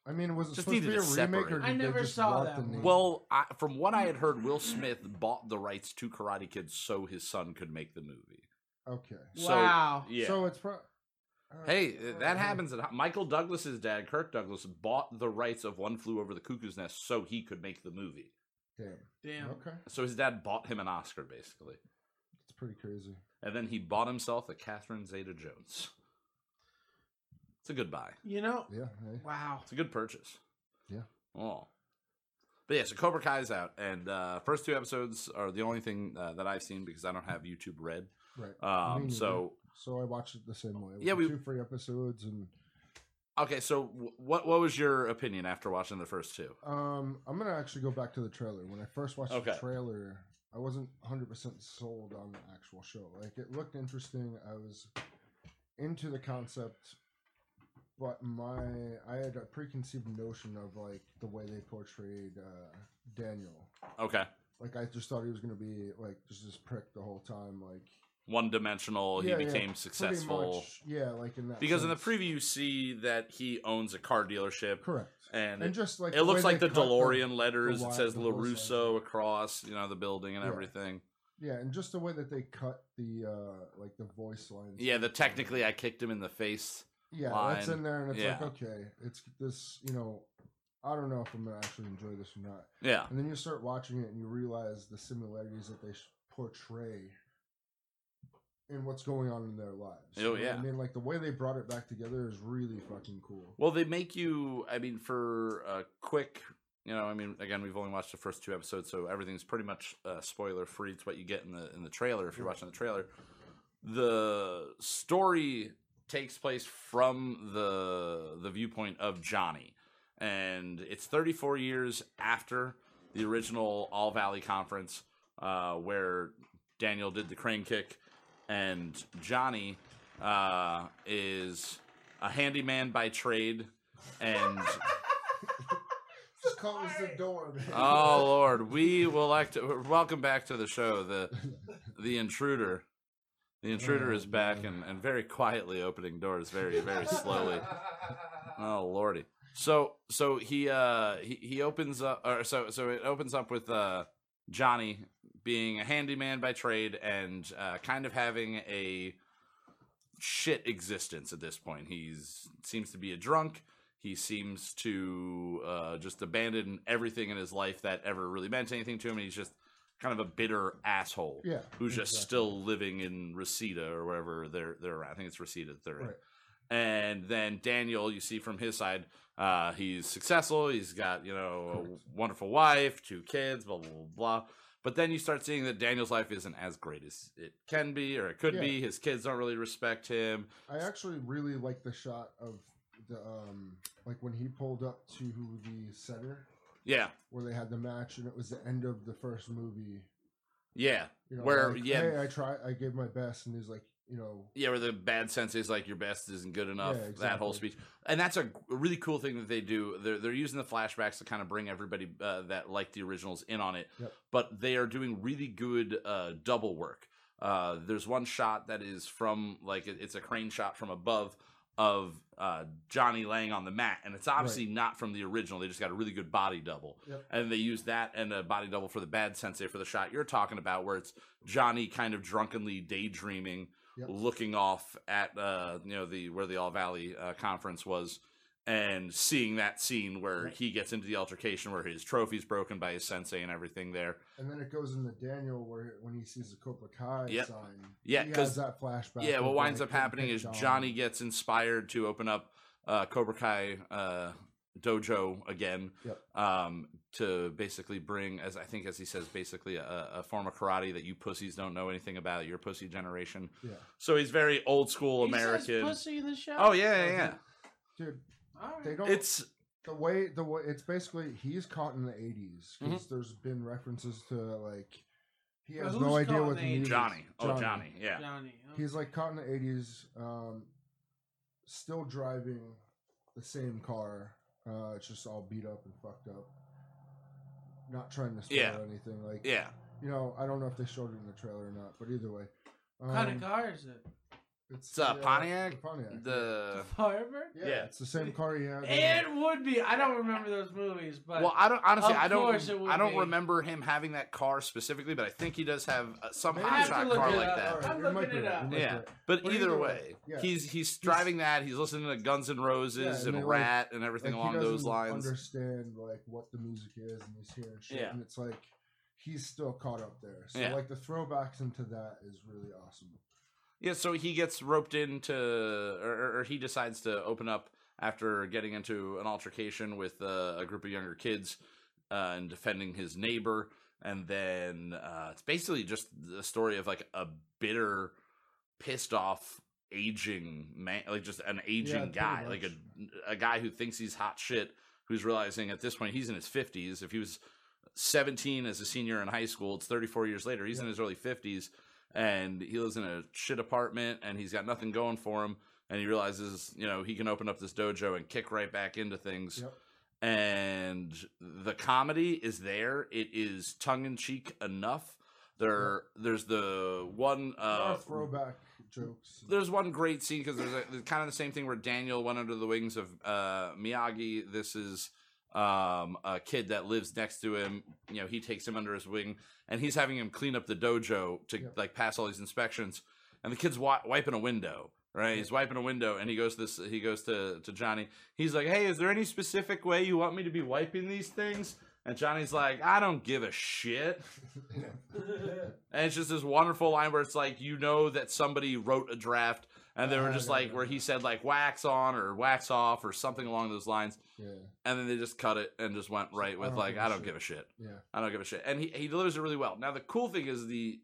I mean, was it Just supposed to needed be a to remake separate. or did I they never just saw want that the one. name? Well, I, from what I had heard, Will Smith bought the rights to Karate Kid so his son could make the movie. okay. So, wow. Yeah. So it's pro. hey, uh, that happens. At, Michael Douglas's dad, Kirk Douglas, bought the rights of One Flew Over the Cuckoo's Nest so he could make the movie. Damn. Damn. Okay. So his dad bought him an Oscar, basically, It's pretty crazy. and then he bought himself a Catherine Zeta-Jones. It's a good buy. You know. Yeah. hey. Wow. It's a good purchase. Yeah. Oh. But yeah, so Cobra Kai's out, and uh, first two episodes are the only thing uh, that I've seen because I don't have YouTube Red. Right. Me Um, neither. so So I watched it the same way. It was yeah, Yeah, we- two free episodes and okay, so w- what what was your opinion after watching the first two? um I'm gonna actually go back to the trailer. When I first watched Okay. the trailer, I wasn't hundred percent sold on the actual show. Like it looked interesting. I was into the concept, but my I had a preconceived notion of like the way they portrayed uh Daniel. Okay, Like I just thought he was gonna be like just this prick the whole time, like one dimensional. Yeah, he yeah, became pretty successful much, yeah, like in that because in the sense. preview you see that he owns a car dealership, correct. and, and it, just like it looks way like they the cut DeLorean letters. the it wi- says the whole Larusso across, you know, the building and Yeah. everything. Yeah, and just the way that they cut the uh like the voice lines. Yeah, the technically I kicked him in the face. yeah, that's line. in there, and it's Yeah. like okay, it's this. You know, I don't know if I'm gonna actually enjoy this or not. Yeah, And then you start watching it, and you realize the similarities that they sh- portray in what's going on in their lives. Oh, You know what yeah. I mean, like the way they brought it back together is really fucking cool. Well, they make you. I mean, for a quick, you know, I mean, again, we've only watched the first two episodes, so everything's pretty much uh, spoiler free. It's what you get in the in the trailer if you're watching the trailer. The story takes place from the the viewpoint of Johnny, and it's 34 years after the original All Valley Conference, uh, where Daniel did the crane kick, and Johnny uh, is a handyman by trade, and Just close the door, man. oh lord, we will like to welcome back to the show the the intruder. The intruder is back and, and very quietly opening doors, very very slowly. Oh lordy. So so he uh he, he opens up or so so it opens up with uh Johnny being a handyman by trade and uh, kind of having a shit existence at this point. He's seems to be a drunk. He seems to uh, just abandon everything in his life that ever really meant anything to him. And he's just kind of a bitter asshole Yeah, who's just exactly. still living in Reseda or wherever they're they're at. I think it's Reseda that they're in. Right. And then Daniel, you see from his side, uh, he's successful. He's got you know a wonderful wife, two kids, blah blah blah. blah. But then you start seeing that Daniel's life isn't as great as it can be or it could Yeah. be. His kids don't really respect him. I actually really like the shot of the um like when he pulled up to the center Yeah, where they had the match and it was the end of the first movie. yeah, You know, Where- like, yeah. hey, I try, I gave my best, and he's like, you know, yeah. Where the bad sense is like your best isn't good enough. Yeah, That whole exactly. speech, and that's a g- a really cool thing that they do. They're they're using the flashbacks to kind of bring everybody uh, that liked the originals in on it. Yep. But they are doing really good uh, double work. Uh, there's one shot that is from like it- it's a crane shot from above of uh, Johnny laying on the mat, and it's obviously not from the original. They just got a really good body double. Yep. and they use that and a body double for the bad sensei for the shot you're talking about, where it's Johnny kind of drunkenly daydreaming, Yep. looking off at uh, you know the where the All Valley uh, conference was, and seeing that scene where he gets into the altercation where his trophy's broken by his sensei and everything there. and then it goes into Daniel where when he sees the Cobra Kai Yep. sign, Yeah, he 'cause- has that flashback. yeah, what of, winds like, up him happening hitting is Don. Johnny gets inspired to open up uh, Cobra Kai uh, dojo again Yep. um, to basically bring, as I think, as he says, basically a, a form of karate that you pussies don't know anything about, your pussy generation. Yeah, So he's very old school He says American. pussy in the show. Oh yeah, yeah, yeah. dude, All they right. don't. It's the way the way it's basically he's caught in the 80s because Mm-hmm. there's been references to like he But has who's no idea caught in what the the 80s? music- Johnny. Oh Johnny, yeah. Johnny. okay. He's like caught in the 80s, um, still driving the same car. Uh, it's just all beat up and fucked up. Not trying to spoil Yeah. anything. Like, Yeah. you know, I don't know if they showed it in the trailer or not, but either way. Um, What kind of car is it? It's a the, uh, Pontiac? The Pontiac. The Firebird? yeah, yeah. it's the same car he had. in- It would be. I don't remember those movies, but well, I don't honestly. Of I course it don't. would I don't be. remember him having that car specifically, but I think he does have uh, some Maybe I have hot to shot look car it like up. that. All right, I'm you looking might be it right, up. you might be Yeah, right. but But either either way, way, yeah. he's he's driving that. He's listening to Guns N' Roses Yeah, and, and then, like- Rat and everything Like, he along those doesn't lines. Understand like what the music is and he's hearing shit, Yeah. and it's like he's still caught up there. So Yeah. like the throwbacks into that is really awesome. Yeah, so he gets roped into, or, or- or he decides to open up after getting into an altercation with uh, a group of younger kids uh, and defending his neighbor. And then uh, it's basically just the story of like a bitter, pissed off, aging man, like just an aging pretty guy, like much. a a guy who thinks he's hot shit, who's realizing at this point he's in his fifties. If he was 17 as a senior in high school. It's 34 years later. He's in his early 50s and he lives in a shit apartment and he's got nothing going for him. And he realizes, you know, he can open up this dojo and kick right back into things. Yep. And the comedy is there. It is tongue in cheek enough. There, there's the one There are uh, throwback jokes. there's one great scene because there's, a- there's kind of the same thing where Daniel went under the wings of uh, Miyagi. This is um, a kid that lives next to him. You know, he takes him under his wing, and he's having him clean up the dojo to Yeah. like pass all these inspections. And the kid's wi- wiping a window, right? He's wiping a window, and he goes to this. He goes to to Johnny. He's like, "Hey, is there any specific way you want me to be wiping these things?" And Johnny's like, "I don't give a shit." And it's just this wonderful line where it's like you know that somebody wrote a draft and they were Uh, just yeah, like yeah, where he said like wax on or wax off or something along those lines yeah, and then they just cut it and just went right with don't like give a I don't shit. give a shit. yeah, I don't give a shit. And he, he delivers it really well. Now the cool thing is the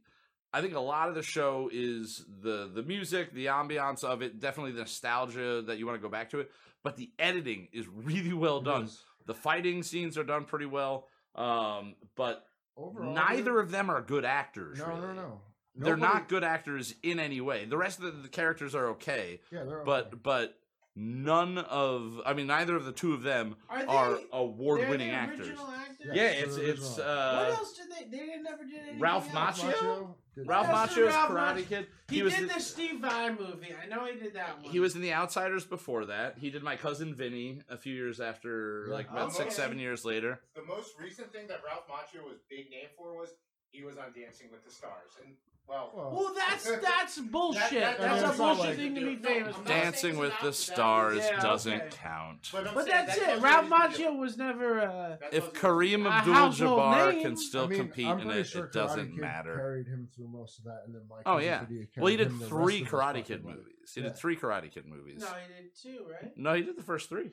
I think a lot of the show is the the music, the ambiance of it, definitely the nostalgia that you want to go back to it, but the editing is really well It done. is. The fighting scenes are done pretty well. Um, but Overall, neither dude, of them are good actors. no, really. no, no. They're not Nobody- good actors in any way. The rest of the, the characters are okay, Yeah, they're okay. but but none of I mean neither of the two of them are they are they're award the winning actors. original actors? Yeah, Yeah, it's so it's original. uh what else did they? They didn't never did anything. Ralph else. Macchio? did Ralph that. That's the Macchio's Ralph Karate Macchio. Kid. He, was did the- the Steve Vai movie. I know he did that one. he was in The Outsiders before that. He did My Cousin Vinny a few years after, Yeah. like about six, Okay. seven years later. The most recent thing that Ralph Macchio was big name for was he was on Dancing with the Stars, and well, Well, Well, that's that's bullshit. that- that's, that's a not bullshit like- thing to be No, famous I'm for. not saying Dancing it's with not the that. Stars Yeah, doesn't okay. count. I'm But saying that's that it. goes Ralph with the- Macchio was never. Uh, that If goes with- Kareem A Abdul-Jabbar household can name? still I mean, compete I'm in pretty it, sure it Karate doesn't Kid matter. Carried him through most of that, and then Mike. Oh, yeah. Well, he did three Karate Kid movies. He Yeah. did three Karate Kid movies. no, he did too, right? No, he did the first three.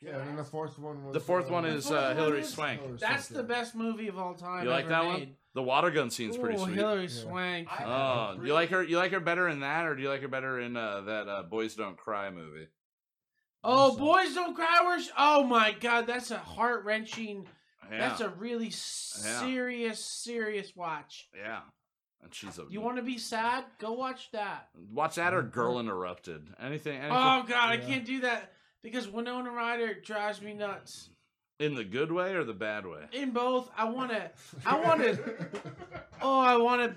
Yeah, and then the fourth one was. The fourth one uh, is The fourth uh, one Hillary is- Swank. Hillary That's Swank, the yeah. best movie of all time. You like ever that made. one? The water gun scene's pretty Ooh, sweet. Hillary Yeah. Swank. I- Oh, Really? you like her? You like her better in that, or do you like her better in uh, that uh, Boys Don't Cry movie? Oh, Awesome. boys don't cry. We're sh- oh my god, that's a heart wrenching. Yeah, That's a really serious, serious watch. yeah. And she's a. You want to be sad? Go watch that. watch that or Girl Interrupted? Anything? anything Oh god, I Yeah. can't do that because Winona Ryder drives me nuts. in the good way or the bad way? In both, I want to. I want to. Oh, I want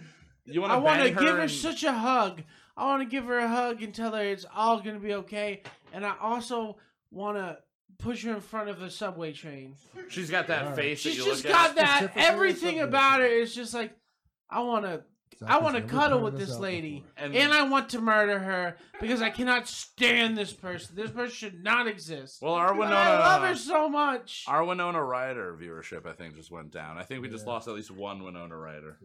to. You want I to want to bang her? give her and- such a hug. I want to give her a hug and tell her it's all gonna be okay. And I also want to push her in front of a subway train. She's got that Alright. face. She's that you just look at. got that. Specifically Everything something. about her is just like, I want to, Zach I has want to never cuddle pointed with this out lady, before. And- and I want to murder her because I cannot stand this person. This person should not exist. Well, our but Winona, uh, I love her so much. our Winona Ryder viewership, I think, just went down. I think we just Yeah. lost at least one Winona Ryder.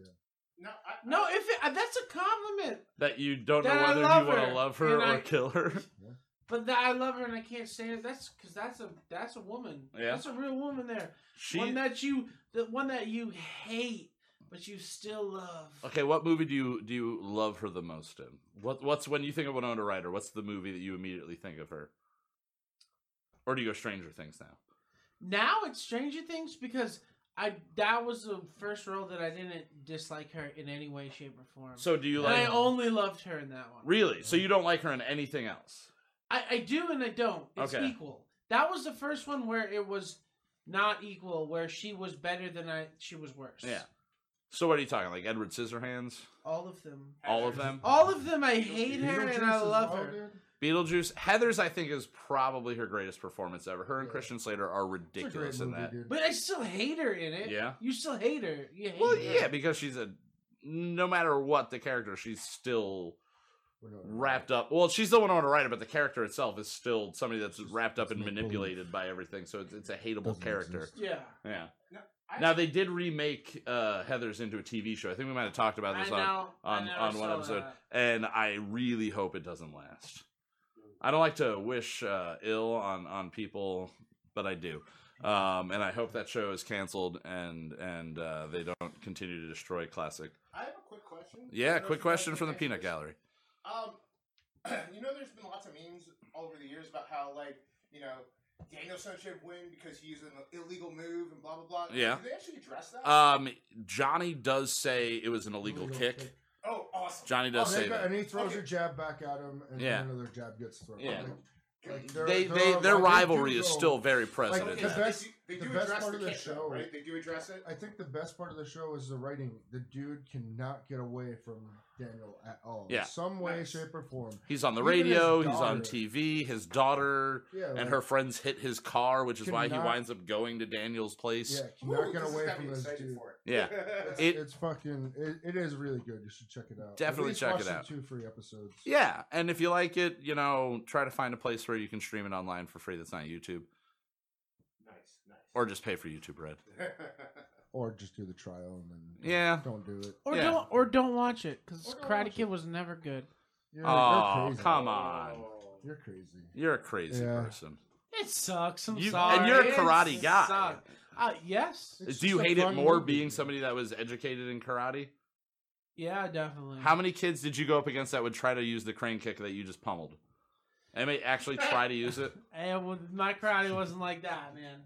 No, I, No, if it, uh, that's a compliment, That you don't That I know whether love you want her, to love her and or I- kill her. but that I love her and I can't stand it. That's because that's a that's a woman. Yeah. that's a real woman there. She. one that you, the one that you hate, but you still love. Okay, what movie do you do you love her the most in? What what's when you think of Winona Ryder? What's the movie that you immediately think of her? Or do you go Stranger Things now? Now it's Stranger Things because I that was the first role that I didn't dislike her in any way, shape, or form. So do you and I like only loved her in that one. really? So you don't like her in anything else? I, I do and I don't. It's Okay. equal. That was the first one where it was not equal, where she was better than I she was worse. Yeah. So what are you talking like Edward Scissorhands? All of them. All of them? All of them I hate her Beetlejuice and I as love well, her. dude. Beetlejuice, Heather's I think is probably her greatest performance ever. Her and Yeah. Christian Slater are It's a great ridiculous in movie, that. dude. But I still hate her in it. Yeah. You still hate her. You hate Well, her. yeah, because she's a no matter what the character, she's still Winona Ryder. wrapped up. Well, she's the one on the writer, but the character itself is still somebody that's Just- wrapped up it's and make-believe. manipulated by everything. So it's, it's a hateable Doesn't character. exist. Yeah. Yeah. No, I- now they did remake uh, Heather's into a TV show. I think we might have talked about I this know. on, I on, never on one saw episode, that. and I really hope it doesn't last. I don't like to wish uh, ill on on people, but I do. Um, and I hope that show is canceled and and uh, they don't continue to destroy classic. I have a quick question. Yeah, I don't know if quick you guys question can from the answer peanut this. gallery. Um, you know, there's been lots of memes over the years about how, like, you know, Danielson should win because he used an illegal move and blah blah blah. Yeah. Did they actually address that? Um, Johnny does say it was an illegal Illegal kick. kick. oh, awesome. Johnny does They say go- that. And he throws Okay. a jab back at him, and Yeah. then another jab gets thrown. Yeah. Like, like, they're- They they're they like, their dude, rivalry is go. still very Like, present. okay, in the that. best- they do, the they do best address part the, of the kick, though, show- right? They do address it. I think the best part of the show is the writing. The dude cannot get away from Daniel at all. Yeah. Some way, Nice. shape, or form. He's on the Even his radio, he's on daughter. TV, his daughter Yeah. and like, her friends hit his car, which is why he Cannot- winds up going to Daniel's Yeah, place. cannot Ooh, get this has away got from me this excited dude. for it. Yeah. It's, It- it's fucking. It, it is really good. You should check it out. At Definitely least check watch it the out. Two free episodes. Yeah. and if you like it, you know, try to find a place where you can stream it online for free that's not YouTube nice, nice. or just pay for YouTube Red. Or just do the trial and then. Yeah. Don't do it. Or Yeah. don't or don't watch it because Or don't Karate watch Kid was never good. You're, you're Oh, crazy. come on. You're crazy. You're a crazy Yeah. person. It sucks. I'm You- sorry. and you're a It karate guy. sucked. Uh, yes. It's Do you just a hate it fun more movie. being somebody that was educated in karate? Yeah, definitely. How many kids did you go up against that would try to use the crane kick that you just pummeled? And they actually try to use it? And with- my karate wasn't like that, man.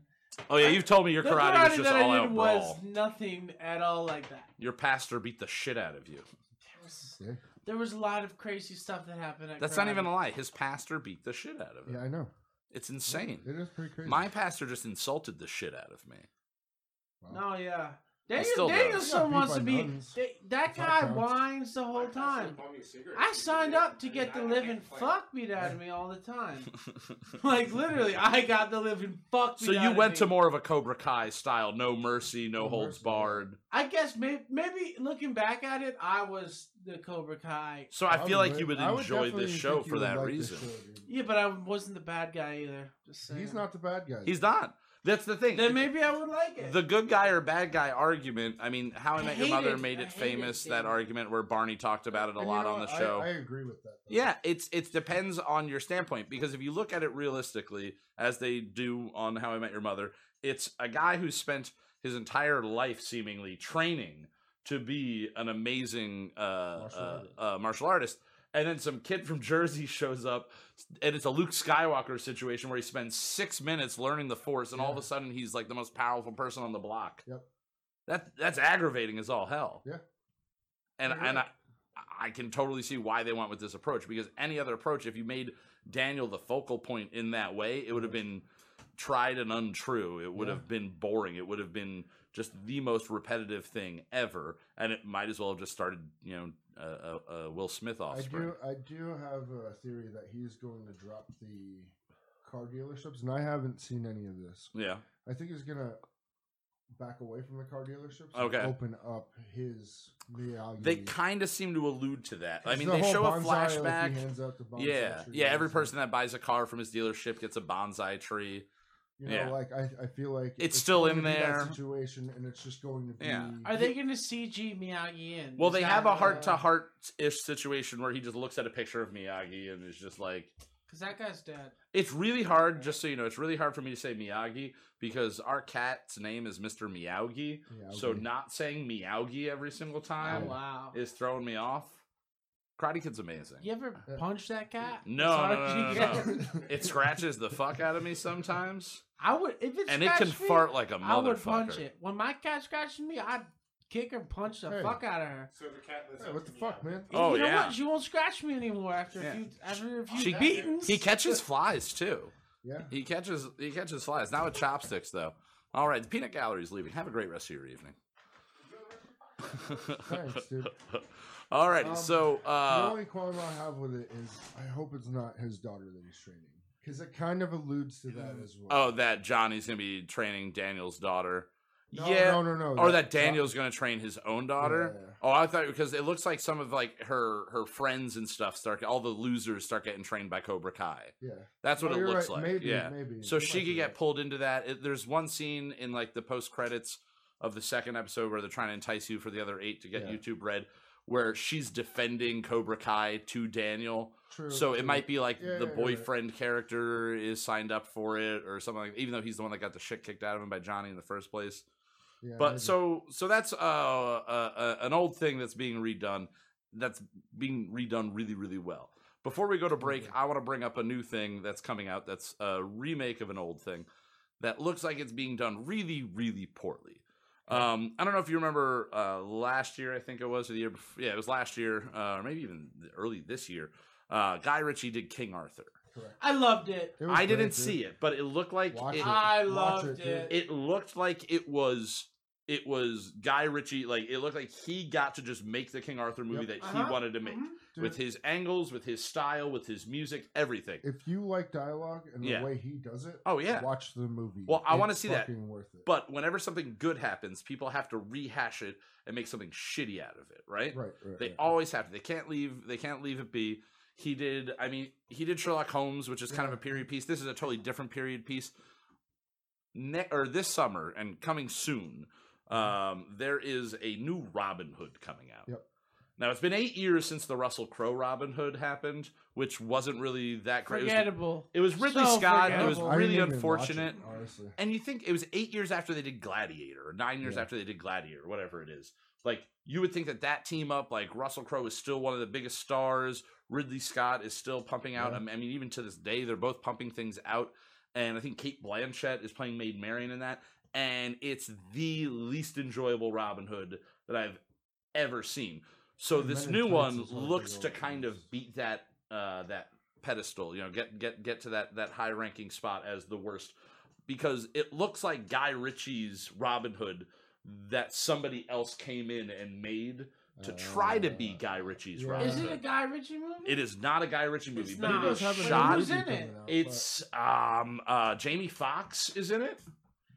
Oh yeah, you've told me your The karate, was just that all I did out brawl. was nothing at all like that. Your pastor beat the shit out of you. There was, Yeah. there was a lot of crazy stuff that happened. At That's karate. not even a lie. His pastor beat the shit out of him. Yeah, I know. It's insane. It is pretty crazy. My pastor just insulted the shit out of me. Wow. No, Oh, yeah. He Daniel, still does. Danielson Yeah, wants to be. beat by nuns. Da- that If that guy counts. whines the whole time. I signed up to get the living fuck beat out of me all the time. Like literally, I got the living fuck beat. so you out of went to me. more of a Cobra Kai style, no mercy, no No holds mercy. barred. I guess maybe, maybe looking back at it, I was the Cobra Kai. So I, feel would- like you would I would enjoy definitely this show think you for would that like this reason. show, dude. Yeah, but I wasn't the bad guy either. Just saying. He's not the bad guy. He's not. That's the thing. Then maybe I would like it. the good guy or bad guy argument. I mean, How I, I Met hate Your Mother it. made I it hate it, famous. dude. that argument where Barney talked about it a And you lot know on the what? I- show. I, agree with that. though. Yeah, it's it depends on your standpoint because if you look at it realistically, as they do on How I Met Your Mother, it's a guy who spent his entire life seemingly training to be an amazing uh, Martial uh, artist. uh, martial artist, and then some kid from Jersey shows up, and it's a Luke Skywalker situation where he spends six minutes learning the Force, and all of Yeah. a sudden he's like the most powerful person on the block. Yep. That that's aggravating as all hell. Yeah. And You're and I, right. I can totally see why they went with this approach because any other approach, if you made Daniel the focal point in that way, it would have been tried and untrue. It would Yeah. have been boring. It would have been just the most repetitive thing ever, and it might as well have just started, you know, uh, uh, uh, Will Smith I offspring. do. I do have a theory that he's going to drop the car dealerships, and I haven't seen any of this. Yeah, I think he's gonna back away from the car dealerships. Okay. And open up his Miyagi. they kind of seem to allude to that. I It's mean, the they whole show a bonsai, like, he flashback. hands out the bonsai yeah, trees yeah. Every and- person that buys a car from his dealership gets a bonsai tree. You know, Yeah. like I, I feel like It's still going in to be that there. situation, and it's just going to be. Yeah. Are they going to CG Miyagi in? Well, they Is have that, a uh, heart to heart ish situation where he just looks at a picture of Miyagi and is just like, Cause that guy's dead. it's really hard, just so you know, it's really hard for me to say Miyagi because our cat's name is Mr. Miyagi. Yeah, So okay. not saying Miyagi every single Oh time wow. is throwing me off. Karate Kid's amazing. You ever Uh, punch that cat? No, Sorry, no, no, you no, guys- no. It scratches the fuck out of me sometimes, I would if it's and it can fart like a motherfucker. I would punch it. When my cat scratches me, I'd kick her, punch the Hey. fuck out of her. So the cat lives Hey, up what to the fuck, Miyagi. man? And Oh, you know yeah. what? She won't scratch me anymore after Yeah. a few after a few She- beatings. He catches flies too. Yeah. He catches he catches flies. Not with chopsticks though. All right, the peanut gallery's leaving. Have a great rest of your evening. Thanks, dude. All right, Um, so the uh, only qualm I have with it is I hope it's not his daughter that he's training because it kind of alludes to that as well. oh, that Johnny's gonna be training Daniel's daughter. No, yeah, no, no, no. or that Daniel's gonna train his own daughter. Yeah. Oh, I thought because it looks like some of like her her friends and stuff start all the losers start getting trained by Cobra Kai. Yeah, That's what Oh, it you're looks right. like. Maybe, yeah. maybe. So You she might could be get right. pulled into that. It, there's one scene in like the post credits of the second episode where they're trying to entice you for the other eight to get Yeah. YouTube Red, where she's defending Cobra Kai to Daniel. True. so it true. might be like Yeah, yeah, the you're right. boyfriend character is signed up for it or something. Like, even though he's the one that got the shit kicked out of him by Johnny in the first place. Yeah, maybe. But so so that's uh, uh, uh, an old thing that's being redone. That's being redone really really well. Before we go to break, I want to bring up a new thing that's coming out. That's a remake of an old thing that looks like it's being done really really poorly. Um, I don't know if you remember uh, last year. I think it was or the year. Before, yeah, it was last year, uh, or maybe even early this year. Uh, Guy Ritchie did King Arthur. I loved it. It was I great, didn't dude. see it, but it looked like Watch it, it. I Watch loved it, dude. it. it looked like it was it was Guy Ritchie. Like it looked like he got to just make the King Arthur movie Yep. Mm-hmm. that Uh-huh. he wanted to make Mhm. Dude, with his angles, with his style, with his music, everything. if you like dialogue and the Yeah. way he does it, Oh yeah. watch the movie. Well, I wanna It's see that. fucking Worth it. But whenever something good happens, people have to rehash it and make something shitty out of it, right? right, right, They right. always have to. They can't leave. They can't leave it be. He did. I mean, he did Sherlock Holmes, which is kind of a period piece. This is a totally different period piece. Ne- or this summer and coming soon, Mm-hmm. um, there is a new Robin Hood coming out. Yep. Now it's been eight years since the Russell Crowe Robin Hood happened, which wasn't really that great. It was- Forgettable. It was, Ridley So Scott. It was forgettable. I didn't really even watch it, unfortunate honestly, and you think it was eight years after they did Gladiator, or nine years Yeah. after they did Gladiator, whatever it is. Like you would think that that team up, like Russell Crowe is still one of the biggest stars. Ridley Scott is still pumping out. Yeah. I mean, even to this day, they're both pumping things out. And I think Kate Blanchett is playing Maid Marian in that. And it's the least enjoyable Robin Hood that I've ever seen. So And this Men in new Tights one is one of the looks to old kind of ones. beat that uh, that pedestal. You know, get get get to that that high ranking spot as the worst because it looks like Guy Ritchie's Robin Hood that somebody else came in and made to try to be Uh, Guy Ritchie's yeah. Robin Is Is it a Hood. Guy Ritchie movie? It is not a Guy Ritchie movie, It's but not. it is It's not the shot. movie. It's um uh Jamie Fox is in it.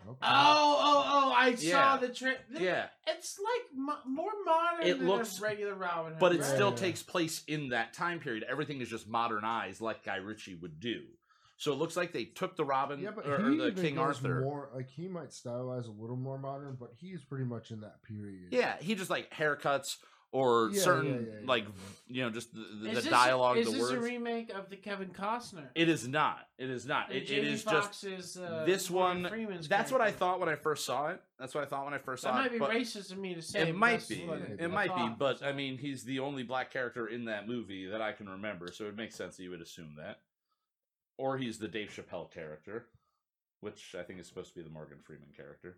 Oh, oh, oh! I Yeah. saw the trip. Yeah, it's like mo- more modern. It than looks- a regular Robin Hood, but it right? still Yeah. takes place in that time period. Everything is just modernized, like Guy Ritchie would do. So it looks like they took the Robin Yeah, but or, he or the even King goes Arthur. More, like he might stylize a little more modern, but he's pretty much in that period. Yeah, he just like haircuts or Yeah, yeah, certain yeah, yeah, like yeah. you know just the, the, Is the this- dialogue, Is the this words. a remake of the Kevin Costner? it is not. It is not. And It, it Jamie is just. Foxx is, uh, this Morgan one- Freeman's That's what I character. thought when I first saw it. That's what I thought when I first That saw might it. be but racist of me to say. it but might that's be. what it- It might be. thought. But I mean, he's the only black character in that movie that I can remember, so it makes sense that you would assume that. Or he's the Dave Chappelle character, which I think is supposed to be the Morgan Freeman character.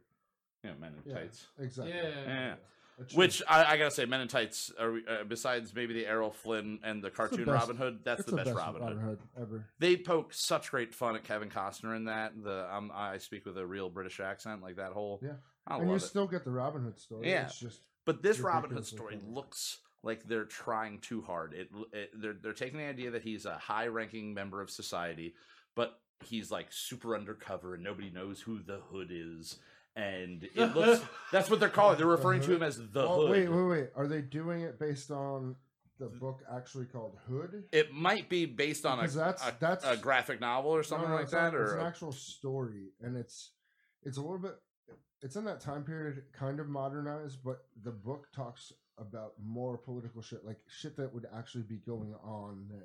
You know, Men in Yeah. Tights. exactly. Yeah. Yeah. It's Which just- I, I gotta say, Men in Tights. Are we, uh, besides maybe the Errol Flynn and the cartoon best- Robin Hood, that's it's the best, Robin, Hood. ever. They poke such great fun at Kevin Costner in that. The um, I speak with a real British accent, like that whole. Yeah. I and you love it. still get the Robin Hood story. Yeah. It's just But this You're Robin Hood ridiculously story clever. looks like they're trying too hard. It, it they're they're taking the idea that he's a high-ranking member of society, but he's like super undercover and nobody knows who the Hood is. And it looks that's what they're calling. it. They're The referring to Hood? him as the oh, Hood. wait, wait, wait. Are they doing it based on the book actually called Hood? It might be based on a, Because that's- a, that's- a graphic novel or something No, no, like it's not- that, or it's an a- actual story, and it's it's a little bit it's in that time period, kind of modernized, but the book talks about more political shit, like shit that would actually be going on then.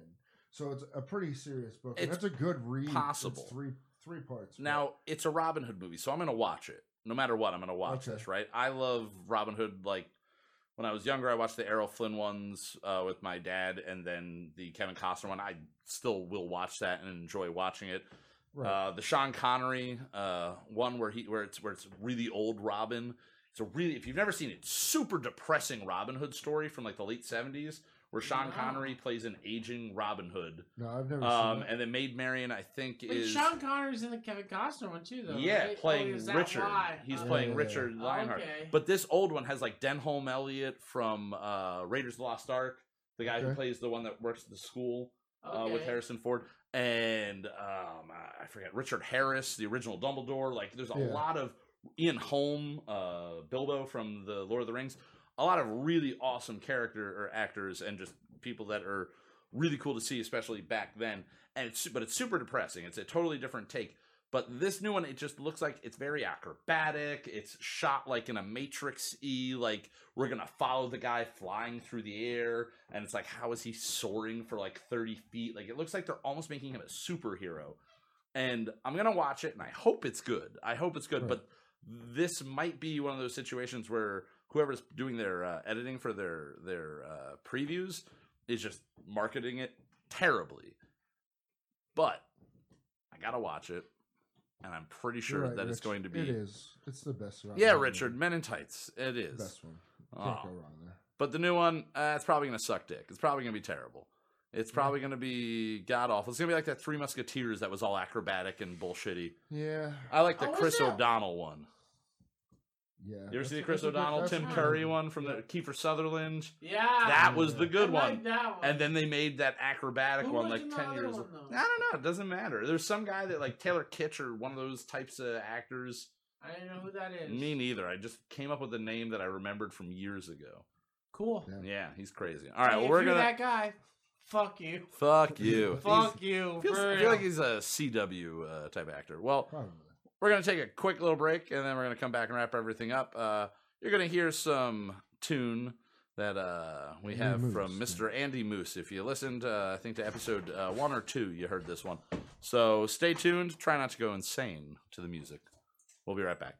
So it's a pretty serious book. and It's that's a good read. It's possible. three three parts. but- Now it's a Robin Hood movie, so I'm gonna watch it no matter what. I'm gonna watch Okay. this, right? I love Robin Hood. Like when I was younger, I watched the Errol Flynn ones uh, with my dad, and then the Kevin Costner one. I still will watch that and enjoy watching it. right. Uh, the Sean Connery uh, one where he where it's where it's really old Robin. It's a really if you've never seen it, super depressing Robin Hood story from like the late '70s, where Sean Wow. Connery plays an aging Robin Hood, no, I've never um, seen that. and then Maid Marian I think Wait, is Sean Connery's in the Kevin Costner one too, though. yeah, right? Oh, playing is that Richard. why? He's Oh, playing Yeah. Richard oh, Lionheart. okay. But this old one has like Denholm Elliott from uh, Raiders of the Lost Ark, the guy who Okay. plays the one that works at the school uh, with Okay. Harrison Ford, and um, I forget Richard Harris, the original Dumbledore. Like, there's a Yeah. lot of Ian Holm, uh, Bilbo from the Lord of the Rings. A lot of really awesome character or actors, and just people that are really cool to see, especially back then. And it's but it's super depressing. It's a totally different take. But this new one, it just looks like it's very acrobatic. It's shot like in a Matrix E, like we're gonna follow the guy flying through the air, and it's like, how is he soaring for like 30 feet? Like it looks like they're almost making him a superhero. And I'm gonna watch it, and I hope it's good. I hope it's good. Right. But this might be one of those situations where whoever's doing their uh, editing for their their uh, previews is just marketing it terribly. But I gotta watch it, and I'm pretty You're sure right, that it's Rich. going to be. It is. It's the best. Robin Yeah, Hood Richard, movie. Men in Tights. It is. Best one. Can't Aw. go wrong there. But the new one, uh, it's probably gonna suck dick. It's probably gonna be terrible. Mm-hmm. It's probably gonna be god awful. It's gonna be like that Three Musketeers that was all acrobatic and bullshitty. Yeah. I like the Oh, is Chris it? O'Donnell one. Yeah. You ever that's see a- the Chris that's a good- O'Donnell, that's Tim a good Curry one. one from the Kiefer Sutherland? yeah, That was the Yeah. good Ah. I one. Like that one. And then they made that acrobatic Who one was like in the ten other years. one, though? I don't know. It doesn't matter. There's some guy that like Taylor Kitsch or one of those types of actors. I didn't know who that is. Me neither. I just came up with a name that I remembered from years ago. Cool. Yeah. Yeah, he's crazy. All right, Hey, well if we're you're gonna that guy. Fuck you. fuck you. He's- Fuck you. feels- for I feel like real. he's a CW uh, type actor. Well, Probably. we're gonna take a quick little break and then we're gonna come back and wrap everything up. Uh, you're gonna hear some tune that uh, we Andy have Moose, from yeah. Mr. Andy Moose. If you listened, uh, I think to episode uh, one or two, you heard this one. So stay tuned. Try not to go insane to the music. We'll be right back.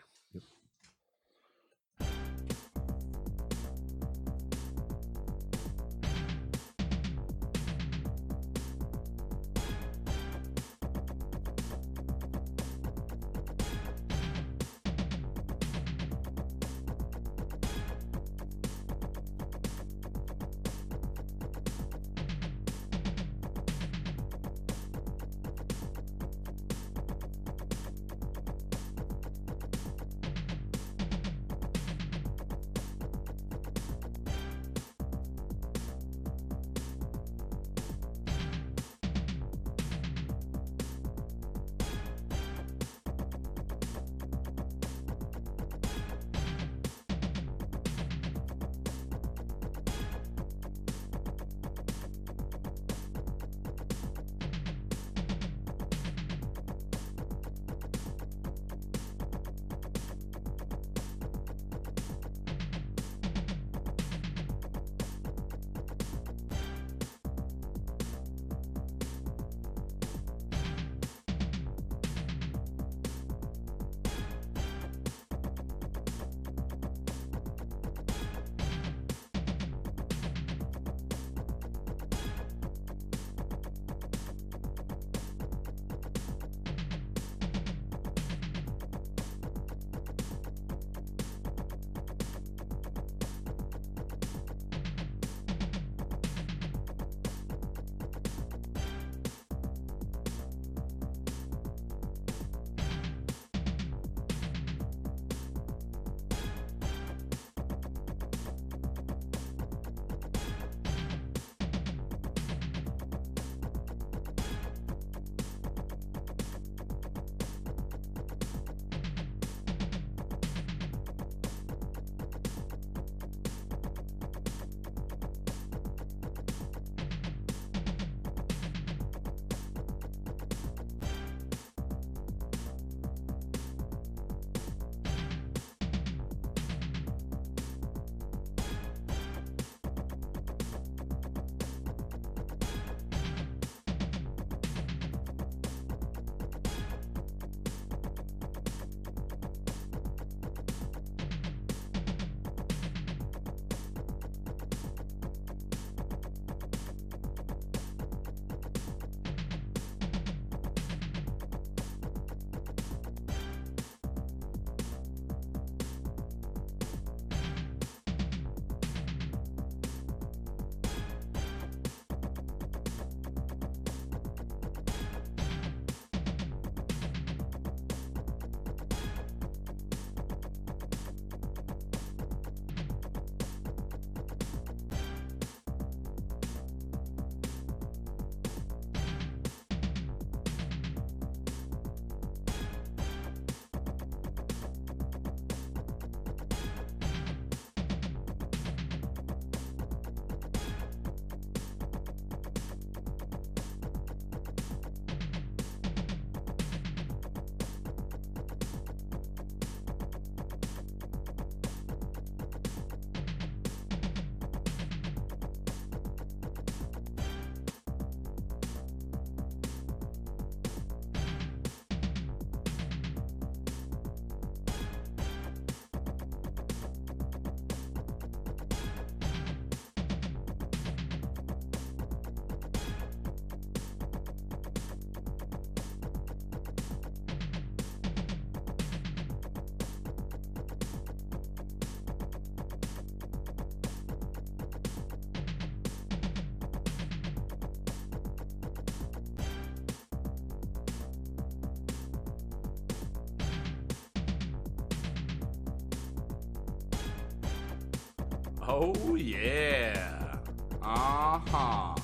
Oh, yeah. Uh huh.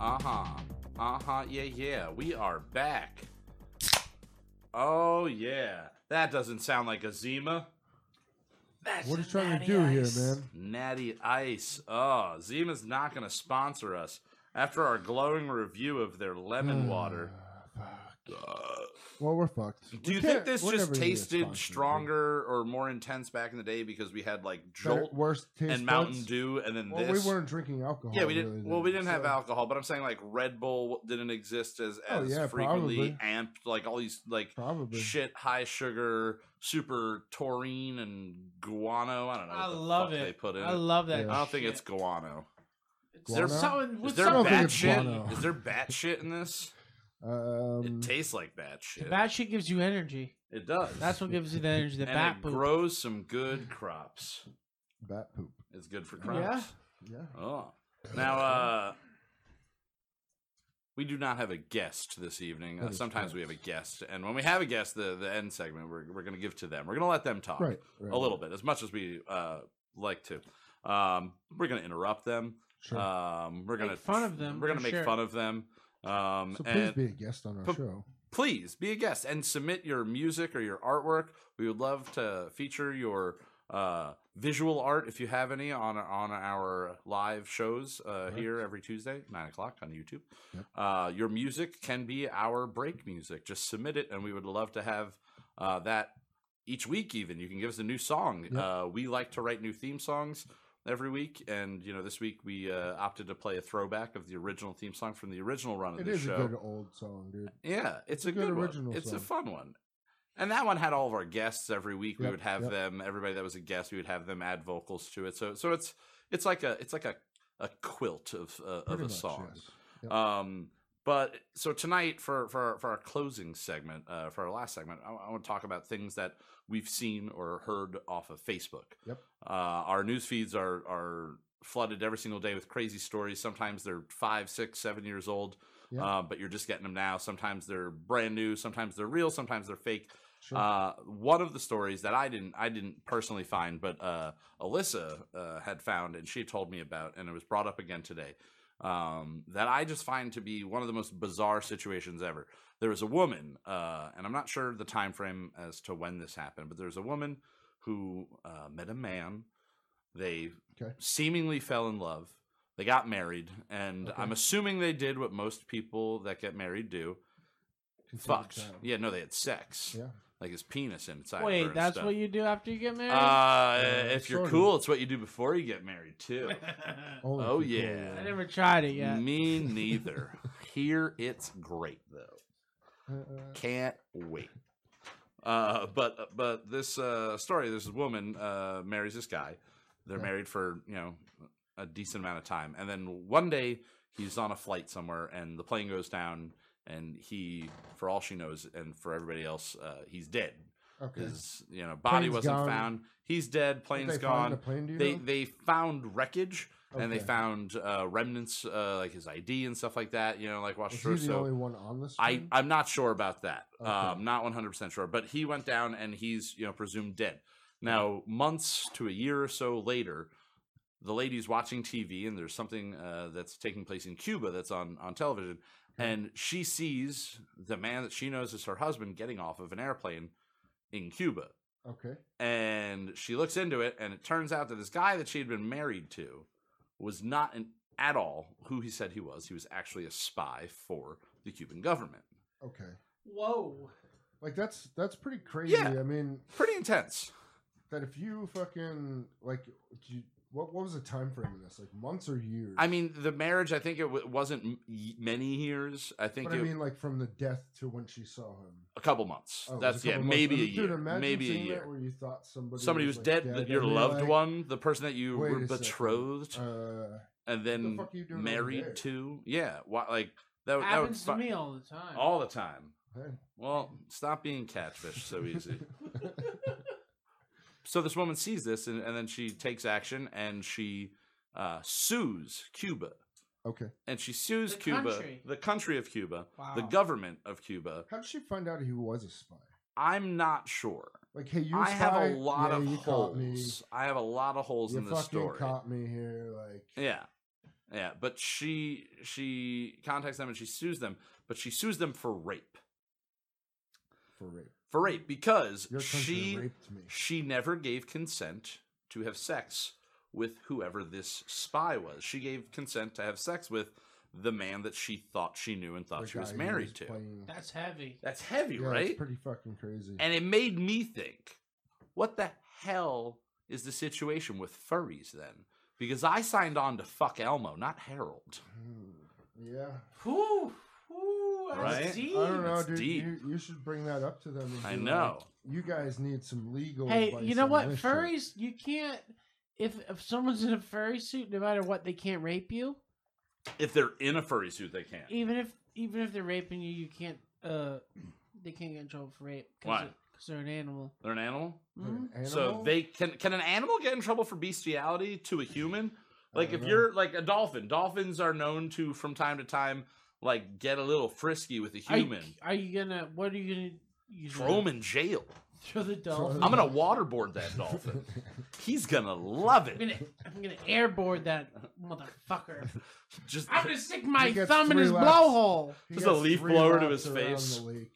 Uh huh. Uh huh. Yeah, yeah. We are back. Oh, yeah. That doesn't sound like a Zima. What are you trying to do here, man? Natty Ice. Oh, Zima's not going to sponsor us after our glowing review of their lemon water. Well, we're fucked. Do you think this just tasted stronger or more intense back in the day because we had like Jolt worse taste and Mountain buds? Dew and then Well, this? we weren't drinking alcohol. yeah, we didn't. Oh, really, well, we didn't have so- alcohol, but I'm saying like Red Bull didn't exist as Oh, as yeah, frequently probably. amped. Like all these like Probably. shit, high sugar, super taurine and guano. I don't know. I what the love fuck it. They put in. I it. love that. Yeah. I don't think shit. it's guano. It's Guano? something- Is with there I don't something- think bat it's shit? guano. Is there bat shit in this? Um, it tastes like bat shit. Bat shit gives you energy. it does. That's what gives you the energy. The and bat it poop. grows some good crops. bat poop. It's good for Yeah. crops. Yeah. Oh. Now, uh, we do not have a guest this evening. That Uh, is sometimes we have a guest. And when we have a guest, the, the end segment, we're, we're going to give to them. We're going to let them talk Right. right a little bit, as much as we uh, like to. Um, we're going to interrupt them. Sure. Um, we're going to Make fun of them, We're going for to make sure. fun of them. Um, so please and be a guest on our but- show. please be a guest and submit your music or your artwork. We would love to feature your uh, visual art if you have any on on our live shows uh, here every Tuesday nine o'clock on YouTube. Yep. Uh, your music can be our break music. Just submit it, and we would love to have uh, that each week. Even you can give us a new song. Yep. Uh, we like to write new theme songs. Every week, and you know, this week we uh, opted to play a throwback of the original theme song from the original run of It the is show. a good old song, dude. Yeah, it's, a a good, good original. original One. It's a song. fun one. And that one had all of our guests every week. we Yep, would have yep. them. Everybody that was a guest, we would have them add vocals to it. So so it's it's like a it's like a a quilt of uh, of Pretty a much, song. yes. Yep. Um, but so tonight for for for our closing segment, uh, for our last segment, I, I want to talk about things that we've seen or heard off of Facebook. Yep. Uh, our news feeds are are flooded every single day with crazy stories. Sometimes they're five, six, seven years old, Yeah. uh, but you're just getting them now. Sometimes they're brand new. Sometimes they're real. Sometimes they're fake. Sure. Uh, one of the stories that I didn't I didn't personally find, but uh, Alyssa uh, had found and she told me about, and it was brought up again today. Um, that I just find to be one of the most bizarre situations ever. There was a woman, uh, and I'm not sure the time frame as to when this happened, but there's a woman who uh, met a man. They Okay. seemingly fell in love. They got married, and I'm assuming they did what most people that get married do. Conceived Fucked. child. Yeah, no, they had sex Yeah. like his penis inside. her Wait, and that's stuff. what you do after you get married? Uh, Uh, if you're sort of. cool, it's what you do before you get married too. Only Oh, if you call yeah. I it. never tried it yet. Me neither. Here it's great though. Uh, uh, Can't wait. Uh, but but this uh, story, this woman uh, marries this guy. They're Yeah. married for you know a decent amount of time, and then one day he's on a flight somewhere, and the plane goes down, and he, for all she knows, and for everybody else, uh, he's dead. okay. His you know body Plane's wasn't gone. found. He's dead. Did they Plane's find gone. the plane, do you they know? they found wreckage and they Okay. found uh, remnants uh, like his ID and stuff like that. You know, like watch Is through. he the only So one on this? I plane? I'm not sure about that. Okay. Um, not 100 percent sure. But he went down and he's you know presumed dead. Now months to a year or so later, the lady's watching TV and there's something uh, that's taking place in Cuba that's on on television, and she sees the man that she knows is her husband getting off of an airplane in Cuba okay. and she looks into it and it turns out that this guy that she had been married to was not an, at all who he said he was he was actually a spy for the cuban government Okay. Whoa. Like that's that's pretty crazy. I mean, pretty intense that if you fucking like, do you, what what was the time frame of this? Like months or years? i mean the marriage i think it w- wasn't m- y- many years i think but I it, mean, like from the death to when she saw him. a couple months Oh, it was that's a yeah couple months. maybe a Dude, year imagine maybe a seeing that year Where you thought somebody somebody was, was like, dead, dead th- your and you're loved like, one the person that you "Wait were a second, betrothed Uh, and then fuck are you doing over there? married to yeah why, like that, w- that would Happens to fu- me all the time. all the time hey. Well, stop being catfish so easy. so this woman sees this and, and then she takes action and she uh, sues Cuba. okay. And she sues The Cuba, country. the country of Cuba, the Wow. government of Cuba. How did she find out he was a spy? I'm not sure. Like, hey, you. I have a spy- lot yeah, of you caught me. holes. I have a lot of holes You in this fucking story. caught me here. Like, Yeah. Yeah, but she she contacts them and she sues them, but she sues them for rape. for rape. For rape because Your country she raped me. she never gave consent to have sex with whoever this spy was. She gave consent to have sex with the man that she thought she knew and thought The she was guy who married to. playing- That's heavy. That's heavy, yeah, right? It's pretty fucking crazy. And it made me think, what the hell is the situation with furries then? Because I signed on to fuck Elmo, not Harold. Hmm, yeah. Whew, whew, that's Right? deep. I don't know, It's dude. deep. You, you should bring that up to them. and I be like, know. you guys need some legal. Hey, advice you know on what? this shit." Furries, you can't. If if someone's in a furry suit, no matter what, they can't rape you. If they're in a furry suit, they E can't. Even if even if they're raping you, you can't. Uh, they can't get in trouble for rape. Why? Because they're an animal. They're an animal. Like an Hmm? So animal? they can can an animal get in trouble for bestiality to a human? Like don't if know. you're like a dolphin, dolphins are known to from time to time like get a little frisky with a Are you- human. Are you, gonna? What are you gonna? You Throw him in jail. Throw the dolphin. Throw I'm gonna waterboard that dolphin. He's gonna love I'm it. gonna, I'm gonna airboard that motherfucker. Just I'm gonna stick my He gets thumb in three his laps. blowhole. He Just a gets leaf three blower to laps his around face. The lake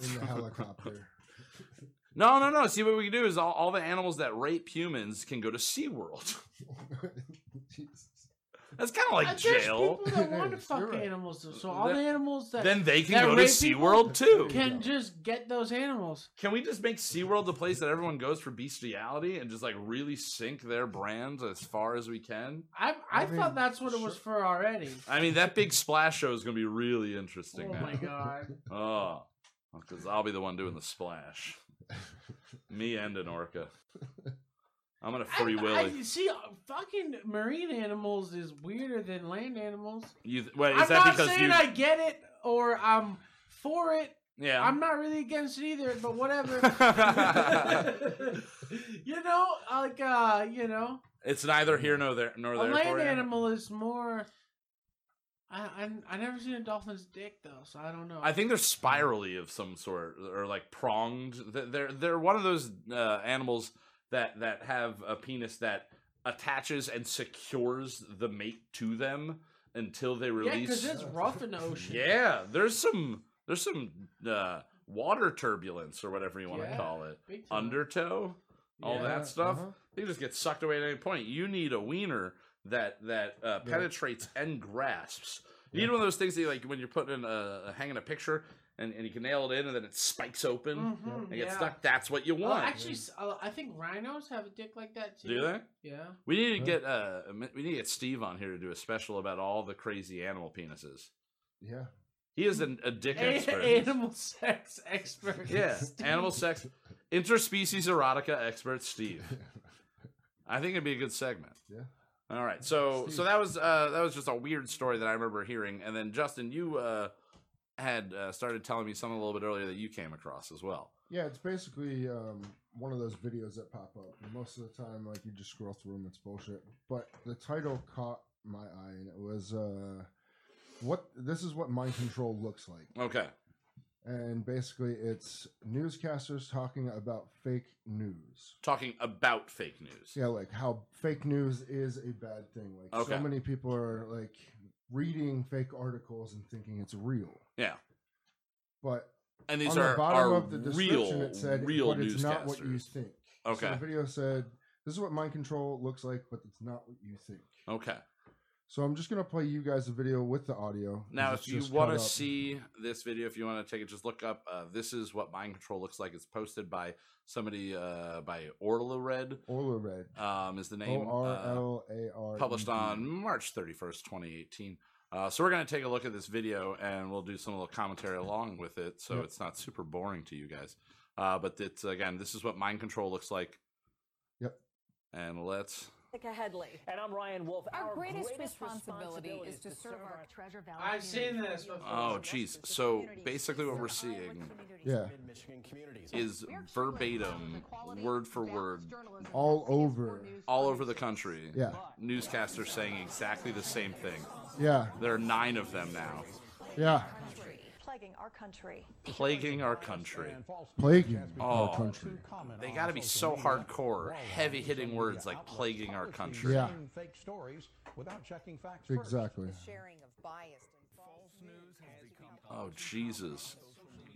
in the helicopter. no, no, no. See what we can do is all, all the animals that rape humans can go to SeaWorld. Jesus. That's kind of like Uh, There's jail. people that want to You're fuck right. animals, though, so all That- the animals that Then they can that go to rape people SeaWorld too. There you can go. just get those animals. Can we just make SeaWorld the place that everyone goes for bestiality and just like really sink their brand as far as we can? I I, I mean, thought that's what it was sure. for already. I mean, that big splash show is going to be really Oh interesting my god! now. Oh, because I'll be the one doing the splash. Me and an orca. I'm going to free I- Willy. I, see, uh, fucking marine animals is weirder than land animals. you th- wait, is I'm that not because saying you? I get it or I'm for it. yeah. I'm not really against it either, but whatever. you know, like uh, you know, it's neither here nor there. Nor a there for land you. animal is more. I, I I never seen a dolphin's dick though, so I don't know. I think they're spirally of some sort, or like pronged. Th- They're they're one of those uh, animals that that have a penis that attaches and secures the mate to them until they yeah, because release. it's rough in the ocean. Yeah, there's some there's some uh, water turbulence or whatever you want to Yeah. call it. Big time. Undertow, all Yeah, that stuff. uh-huh. They just get sucked away at any point. You need a wiener that that uh, Yeah. penetrates and grasps. You need one of those things that you, like when you're putting a hanging a picture and, and you can nail it in and then it spikes open Mhm, and gets yeah. stuck. That's what you Well, want. actually, s- uh, I think rhinos have a dick like that too. Do they? Yeah. We need to Huh. get uh we need to get Steve on here to do a special about all the crazy animal penises. Yeah. He is an, a dick A- expert. animal sex expert. Yeah, Steve. animal sex, interspecies erotica expert Steve. I think it'd be a good segment. Yeah. All right. So so Steve. that was uh, that was just a weird story that I remember hearing, and then Justin, you uh, had uh, started telling me something a little bit earlier that you came across as well. Yeah, it's basically um, one of those videos that pop up. And most of the time, like you just scroll through them, it's bullshit. But the title caught my eye, and it was uh, what this is what mind control looks like. Okay. And basically, it's newscasters talking about fake news. Talking about fake news. Yeah, like how fake news is a bad thing. Like Okay. so many people are like reading fake articles and thinking it's real. Yeah. But And these on are the bottom are of the description real it said real but newscasters. it's not what you think. So Okay. the video said this is what mind control looks like, but it's not what you think. Okay. So I'm just gonna play you guys a video with the audio. Now, It's if you just want cut to up. see this video, if you want to take it, just look up. Uh, this is what mind control looks like. It's posted by somebody uh, by Orla Red. Orla Red, Um, is the name O R uh, L A R, E published on March thirty first, twenty eighteen. Uh, so we're going to take a look at this video and we'll do some little commentary along with it, so Yep. it's not super boring to you guys. Uh, but it's again, this is what mind control looks like. Yep. And let's Jessica Headley. And I'm Ryan Wolf. Our greatest responsibility is to serve our treasure valley. I've seen community. this before. Oh, geez. So basically, what we're seeing Yeah, Michigan communities. is verbatim, word for word, all over. all over the country. Yeah, Newscasters saying exactly the same thing. yeah, There are nine of them now. yeah. plaguing our country. plaguing our country. Plaguing Oh. our country. They got to be so hardcore, heavy hitting words like plaguing our country. Yeah. Fake stories without checking facts first. Exactly. Sharing of biased and false news has become Oh Jesus!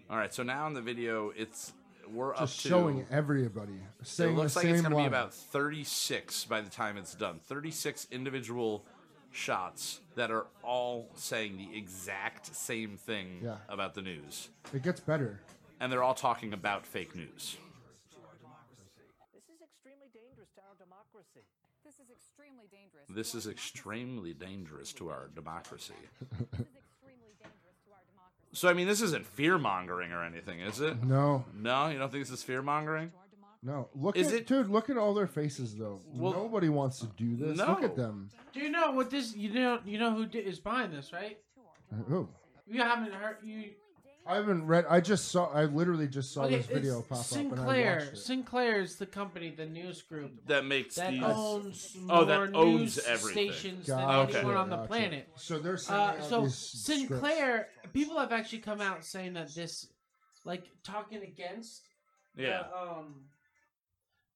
All right, so now in the video, it's we're Just up to. showing everybody. Saying it looks the like same it's going to be line. about 36 by the time it's done. 36 individual shots that are all saying the exact same thing Yeah. about the news, It gets better. and they're all talking about fake news. This is extremely dangerous to our democracy. This is extremely dangerous. This to is our extremely dangerous to our democracy. democracy. This is extremely dangerous to our democracy. So I mean, this isn't fear mongering or anything, is it? No, No, you don't think this is fear mongering? To our democracy. no. Look Is at it- dude. Look at all their faces though. Well, Nobody wants to do this. Look no. at them. Do you know what this? You know, you know who di- is behind this, right? Oh, You haven't heard you. I haven't read. I just saw. I literally just saw Okay, this video it's pop up and I Sinclair. watched it. Sinclair is the company, the news group That makes that these. owns Oh, more that owns news everything. stations Gotcha, than anyone on the gotcha. planet. So they're saying Uh, all so these scripts. Sinclair, people have actually come out saying that this, like talking against, the, yeah. um,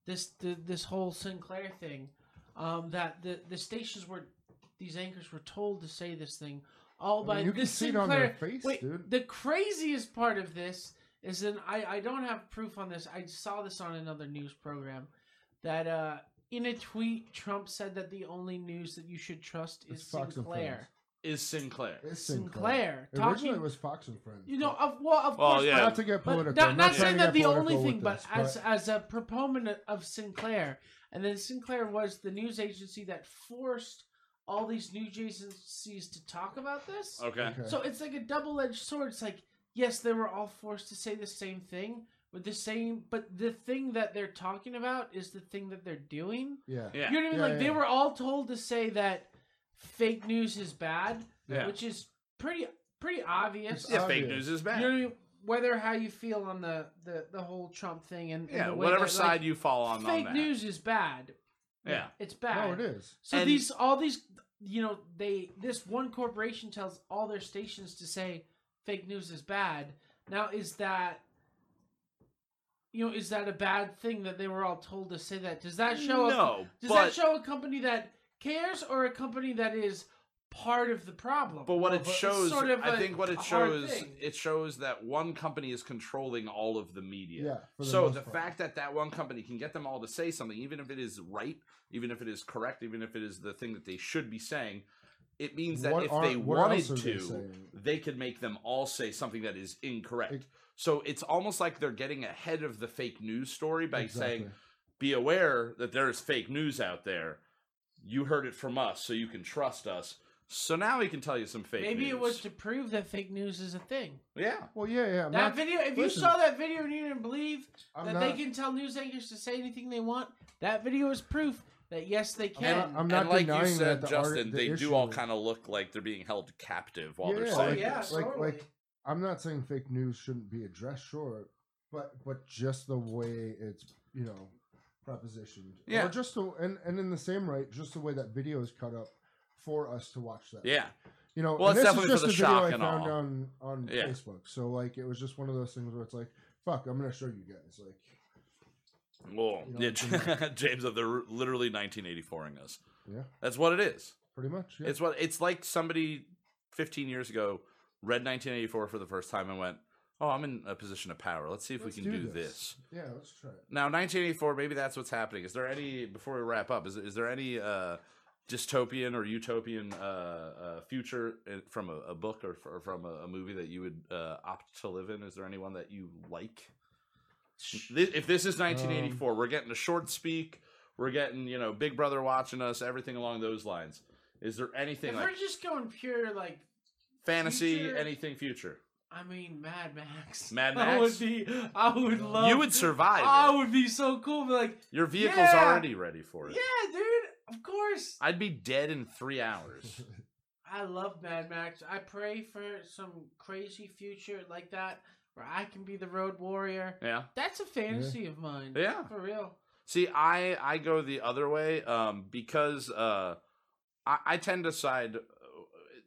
this the, this whole Sinclair thing, um, that the the stations were, these anchors were told to say this thing, all I by mean, you the can see it Sinclair. on their face, wait, dude. the craziest part of this is that I I don't have proof on this. I saw this on another news program, that uh. In a tweet, Trump said that the only news that you should trust is It's Fox and Sinclair. Friends. Is Sinclair? It's Sinclair, Sinclair. talking- Originally, it was Fox and Friends. You know, oh, but- of well, of Well, course, yeah. but- not to get but political. not, I'm not trying saying to that get the only political with thing, but this, as as a proponent of Sinclair, and then Sinclair was the news agency that forced all these news agencies to talk about this. Okay. Okay. So it's like a double edged sword. It's like yes, they were all forced to say the same thing with the same, but the thing that they're talking about is the thing that they're doing. yeah. Yeah. You know what I mean? Yeah, like they yeah. were all told to say that fake news is bad, Yeah. which is pretty pretty obvious. It's Yeah, fake obvious. news is You know what bad. I mean? Whether how you feel on the the, the whole Trump thing and, and Yeah, the way whatever that, side like, you fall on, on fake that. news is bad. Yeah. it's bad. No, it is. So And- these all these you know they this one corporation tells all their stations to say fake news is bad. Now is that you know is that a bad thing that they were all told to say that? Does that show a, no, does but that show a company that cares or a company that is part of the problem? but what Well, it it's shows, sort of I a- think what a it hard shows, thing. it shows that one company is controlling all of the media. Yeah, for the so most the part. fact that that one company can get them all to say something, even if it is right, even if it is correct, even if it is the thing that they should be saying, it means that What if are- they what wanted else are they to, saying? they, could make them all say something that is incorrect. Ex- so it's almost like they're getting ahead of the fake news story by saying, Exactly. be aware that there's fake news out there. You heard it from us, so you can trust us. So now we can tell you some fake Maybe news. it was to prove that fake news is a thing. Yeah. Well, yeah, yeah. I'm that not- video, if listen, you saw that video and you didn't believe I'm that not, they can tell news anchors to say anything they want, that video is proof that yes, they I'm can. not, I'm not and like denying you said, that the art- Justin, the they issue do all is- kind of look like they're being held captive while Yeah, they're like- saying Oh, yeah, this. like, totally. like, I'm not saying fake news shouldn't be addressed, sure, but but just the way it's you know propositioned, Yeah. or just the and and in the same right, just the way that video is cut up for us to watch that, Yeah. You know, Well, and it's this is definitely for just the a video shock I and found all. on on Yeah. Facebook, so like it was just one of those things where it's like, fuck, I'm gonna show you guys, like, Well, You know, yeah, it's- James, they're literally 1984ing us. yeah, That's what it is. pretty much, yeah. It's what it's like. Somebody 15 years ago read 1984 for the first time and went, "Oh, I'm in a position of power. Let's see if Let's we can do, do this." this." yeah, let's try it. Now, 1984. Maybe that's what's happening. Is there any before we wrap up? Is is there any uh, dystopian or utopian uh, uh, future uh, from a, a book or, f- or from a, a movie that you would uh, opt to live in? Is there anyone that you like? Thi- If this is 1984, we're getting a short speak. We're getting you know Big Brother watching us. Everything along those lines. Is there anything if like we're just going pure, like, fantasy, Future- anything future. I mean, Mad Max. Mad I Max? would be, I would love. you would survive. I it. would be so cool. Be like, Your vehicle's oh, Yeah. already ready for it. yeah, dude, of course. I'd be dead in three hours. I love Mad Max. I pray for some crazy future like that where I can be the road warrior. yeah. That's a fantasy of mine. Yeah. For real. See, I I go the other way um, because uh, I, I tend to side.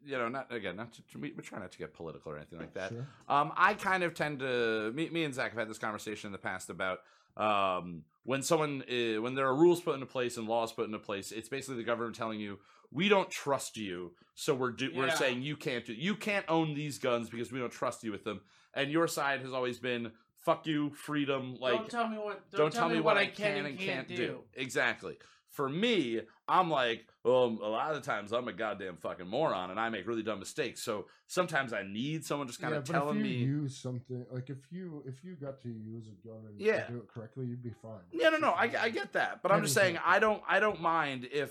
you know, not again, not to, we, we try not to get political or anything like that. Sure. Um, I kind of tend to me, me and Zach have had this conversation in the past about um, when someone uh, when there are rules put into place and laws put into place, it's basically the government telling you we don't trust you, so we're do- we're Yeah. saying you can't do you can't own these guns because we don't trust you with them. And your side has always been fuck you, freedom, like don't tell me what. Don't, don't, tell me what, I can and can't do. Exactly. For me, I'm like, um, a lot of the times I'm a goddamn fucking moron and I make really dumb mistakes. So sometimes I need someone just kind of but telling if me. you use something like if you if you got to use a gun and Yeah. do it correctly, you'd be fine. yeah, no, no, I, I get that, but I'm just saying I don't, I don't mind if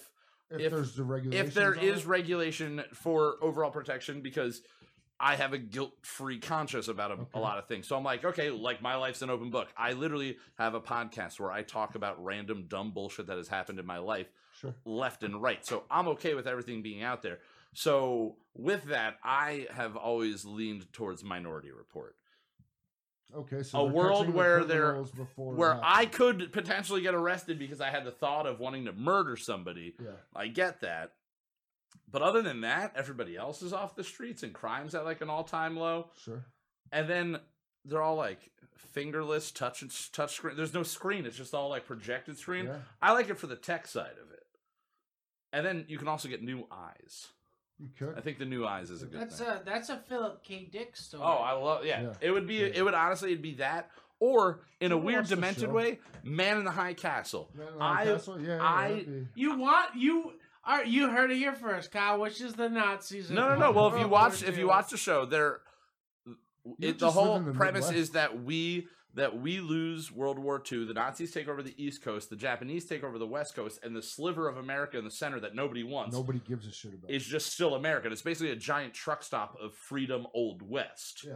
If, if- there's the regulation, if there is regulation for overall protection because I have a guilt-free conscience about a, a Okay. lot of things. So I'm like, okay, like my life's an open book. I literally have a podcast where I talk about random dumb bullshit that has happened in my life sure. left and right. So I'm okay with everything being out there. So with that, I have always leaned towards Minority Report, Okay, so a they're world catching the where there- criminals before it where I happens. could potentially get arrested because I had the thought of wanting to murder somebody. yeah. I get that. But other than that, everybody else is off the streets and crime's at like an all time low. Sure. And then they're all like fingerless, touch and touch screen. There's no screen. It's just all like projected screen. Yeah. I like it for the tech side of it. And then you can also get new eyes. You could. I think the new eyes is a good That's uh, thing. a that's a Philip K. Dick story. oh, I love. Yeah. Yeah. it would be. Yeah. It would honestly. It'd be that, or in a Ever weird, watched the demented show? way, Man in the High Castle. Man, like I that's what- yeah, yeah, I- that'd be- You want you are you heard it here first, Kyle, which is the Nazis. of no, no, no. Well, if you World watch, War if II. you watch the show, there, You it, the just live whole in the premise Midwest. is that we that we lose World War II. The Nazis take over the East Coast. The Japanese take over the West Coast, and the sliver of America in the center that nobody wants nobody gives a shit about. is just still America. And It's basically a giant truck stop of freedom, old West. yeah.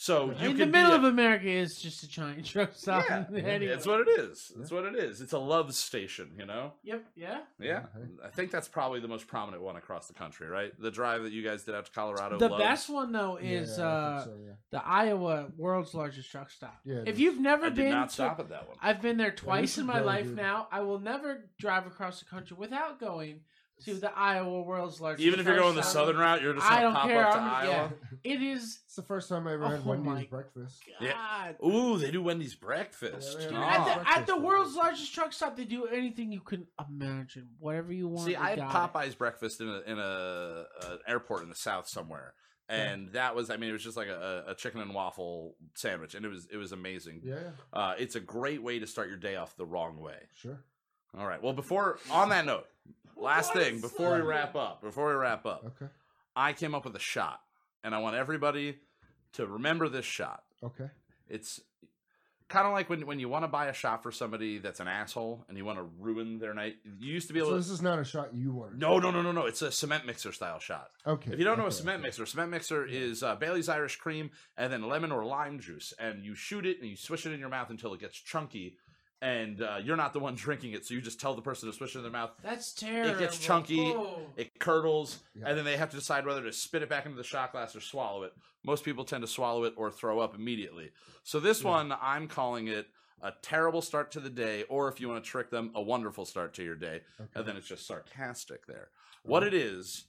So you in could the be middle a- of America is just a giant truck stop. Yeah, Anyway. That's what it is. That's what it is. It's a love station, you know? Yep. Yeah. Yeah. Mhm. I think that's probably the most prominent one across the country, right? The drive that you guys did out to Colorado. The Loves. best one though is yeah, I uh, think so, yeah. the Iowa world's largest truck stop. Yeah, it if is. you've never I been, did not to- stop at that one. I've been there twice should in my go, life dude. now. I will never drive across the country without going to the Iowa world's largest. Even if you're truck going the stop. southern route, you're just I gonna don't pop care, up to I'm- yeah. Iowa. it is It's the first time I ever had Oh Wendy's my breakfast. God. Yeah. Ooh, they do Wendy's breakfast. Yeah, they Dude, have at, Ah. the, at the Breakfast, world's yeah. largest truck stop, they do anything you can imagine, whatever you want. See, they I had got it. Popeye's breakfast in a in a an airport in the south somewhere, and that was I mean it was just like a, a chicken and waffle sandwich, and it was it was amazing. Yeah, yeah, Uh, it's a great way to start your day off the wrong way. sure. All right. Well, before on that note, last thing before we wrap up, before we wrap up, Okay, I came up with a shot, and I want everybody to remember this shot. okay. It's kind of like when when you want to buy a shot for somebody that's an asshole and you want to ruin their night. You used to be able So to. this is not a shot you wanted. No, no, no, no, no. It's a cement mixer style shot. Okay. If you don't know a okay, cement okay. mixer, cement mixer is uh, Bailey's Irish cream and then lemon or lime juice, and you shoot it and you swish it in your mouth until it gets chunky, and uh, you're not the one drinking it, so you just tell the person to swish it in their mouth. That's terrible. chunky. Oh. It curdles, Yeah. and then they have to decide whether to spit it back into the shot glass or swallow it. Most people tend to swallow it or throw up immediately. So this one, I'm calling it a terrible start to the day, or if you want to trick them, a wonderful start to your day. And then it's just sarcastic there. What it is,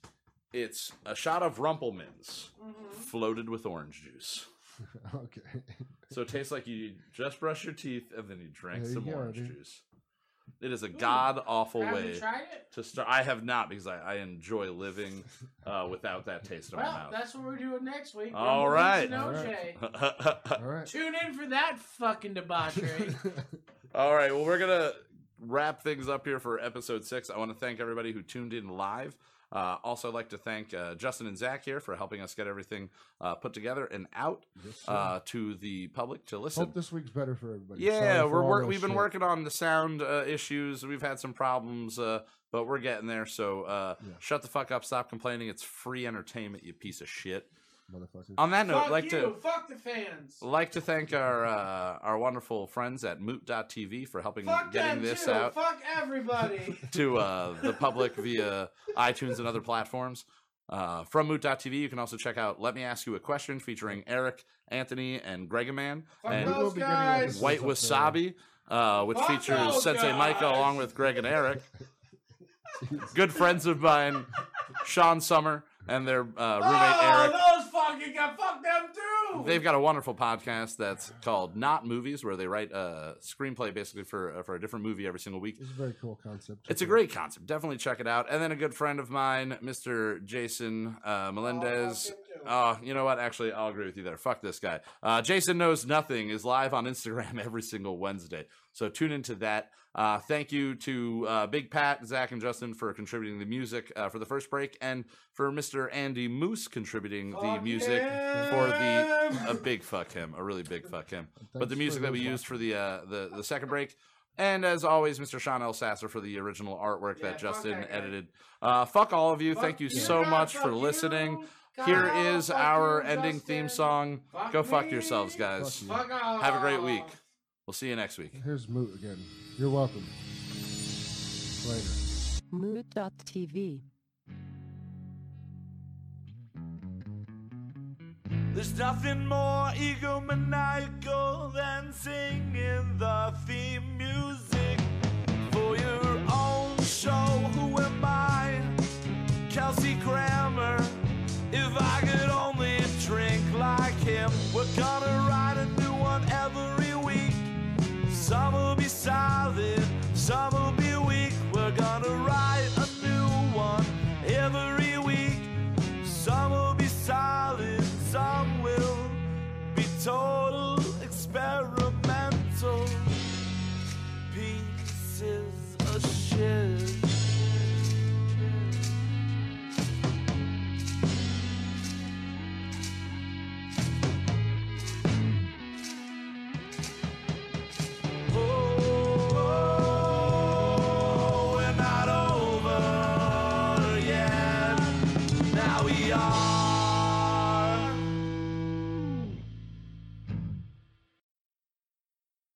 it's a shot of Rumplemans floated with orange juice. okay. So it tastes like you just brush your teeth and then you drank There you some go, orange dude. juice. It is a god awful Have way you tried it? to start. I have not because I, I enjoy living uh, without that taste in my Well, mouth. that's what we're doing next week. All Rumble right. Beats and All OJ. All right. Tune in for that fucking debauchery. All right. Well, we're gonna wrap things up here for episode six. I want to thank everybody who tuned in live. Uh, also, I'd like to thank uh, Justin and Zach here for helping us get everything uh, put together and out uh, to the public to listen. Hope this week's better for everybody. Sorry Yeah, for we're all work, that we've been shit. working on the sound uh, issues. We've had some problems, uh, but we're getting there. So uh, Yeah. shut the fuck up, stop complaining. It's free entertainment, you piece of shit. Motherfuckers. On that note, Fuck I'd like you. to Fuck the fans. like to thank our uh, our wonderful friends at Moot.tv for helping Fuck them getting this too. out Fuck everybody. to uh, the public via iTunes and other platforms. Uh, from moot.tv, you can also check out Let Me Ask You a Question featuring Eric, Anthony, and Gregaman. Fuck And We will be getting Guys. episodes White up there. Wasabi, uh, which Fuck features those Sensei Micah guys. along with Greg and Eric. Good friends of mine, Sean Summer and their uh, roommate Eric. oh, those fucking got fucked them too. They've got a wonderful podcast that's called Not Movies, where they write a screenplay basically for uh, for a different movie every single week. It's a very cool concept. It's a great concept. Definitely check it out. And then a good friend of mine, Mr. Jason uh, Melendez. Oh, you know what? Actually, I'll agree with you there. Fuck this guy. Uh, Jason Knows Nothing is live on Instagram every single Wednesday. So tune into that. Uh, thank you to uh, Big Pat, Zach, and Justin for contributing the music uh, for the first break, and for Mr. Andy Moose contributing the Fuck music for him! the a big fuck him, a really big fuck him. But Thanks the for music that the we used for the uh, the the second break. And as always, Mr. Sean L. Sasser for the original artwork Yeah, fuck that Justin that guy. edited. Uh, fuck all of you. Fuck Thank you you, so God, much for fuck you. listening. God, Here is fuck our you, ending Justin. theme song. Fuck Go fuck me. yourselves, guys. Fuck Fuck off. Have a great week. We'll see you next week. Here's Moot again. You're welcome. Later. Mood.tv. There's nothing more egomaniacal than singing the theme music. Oh,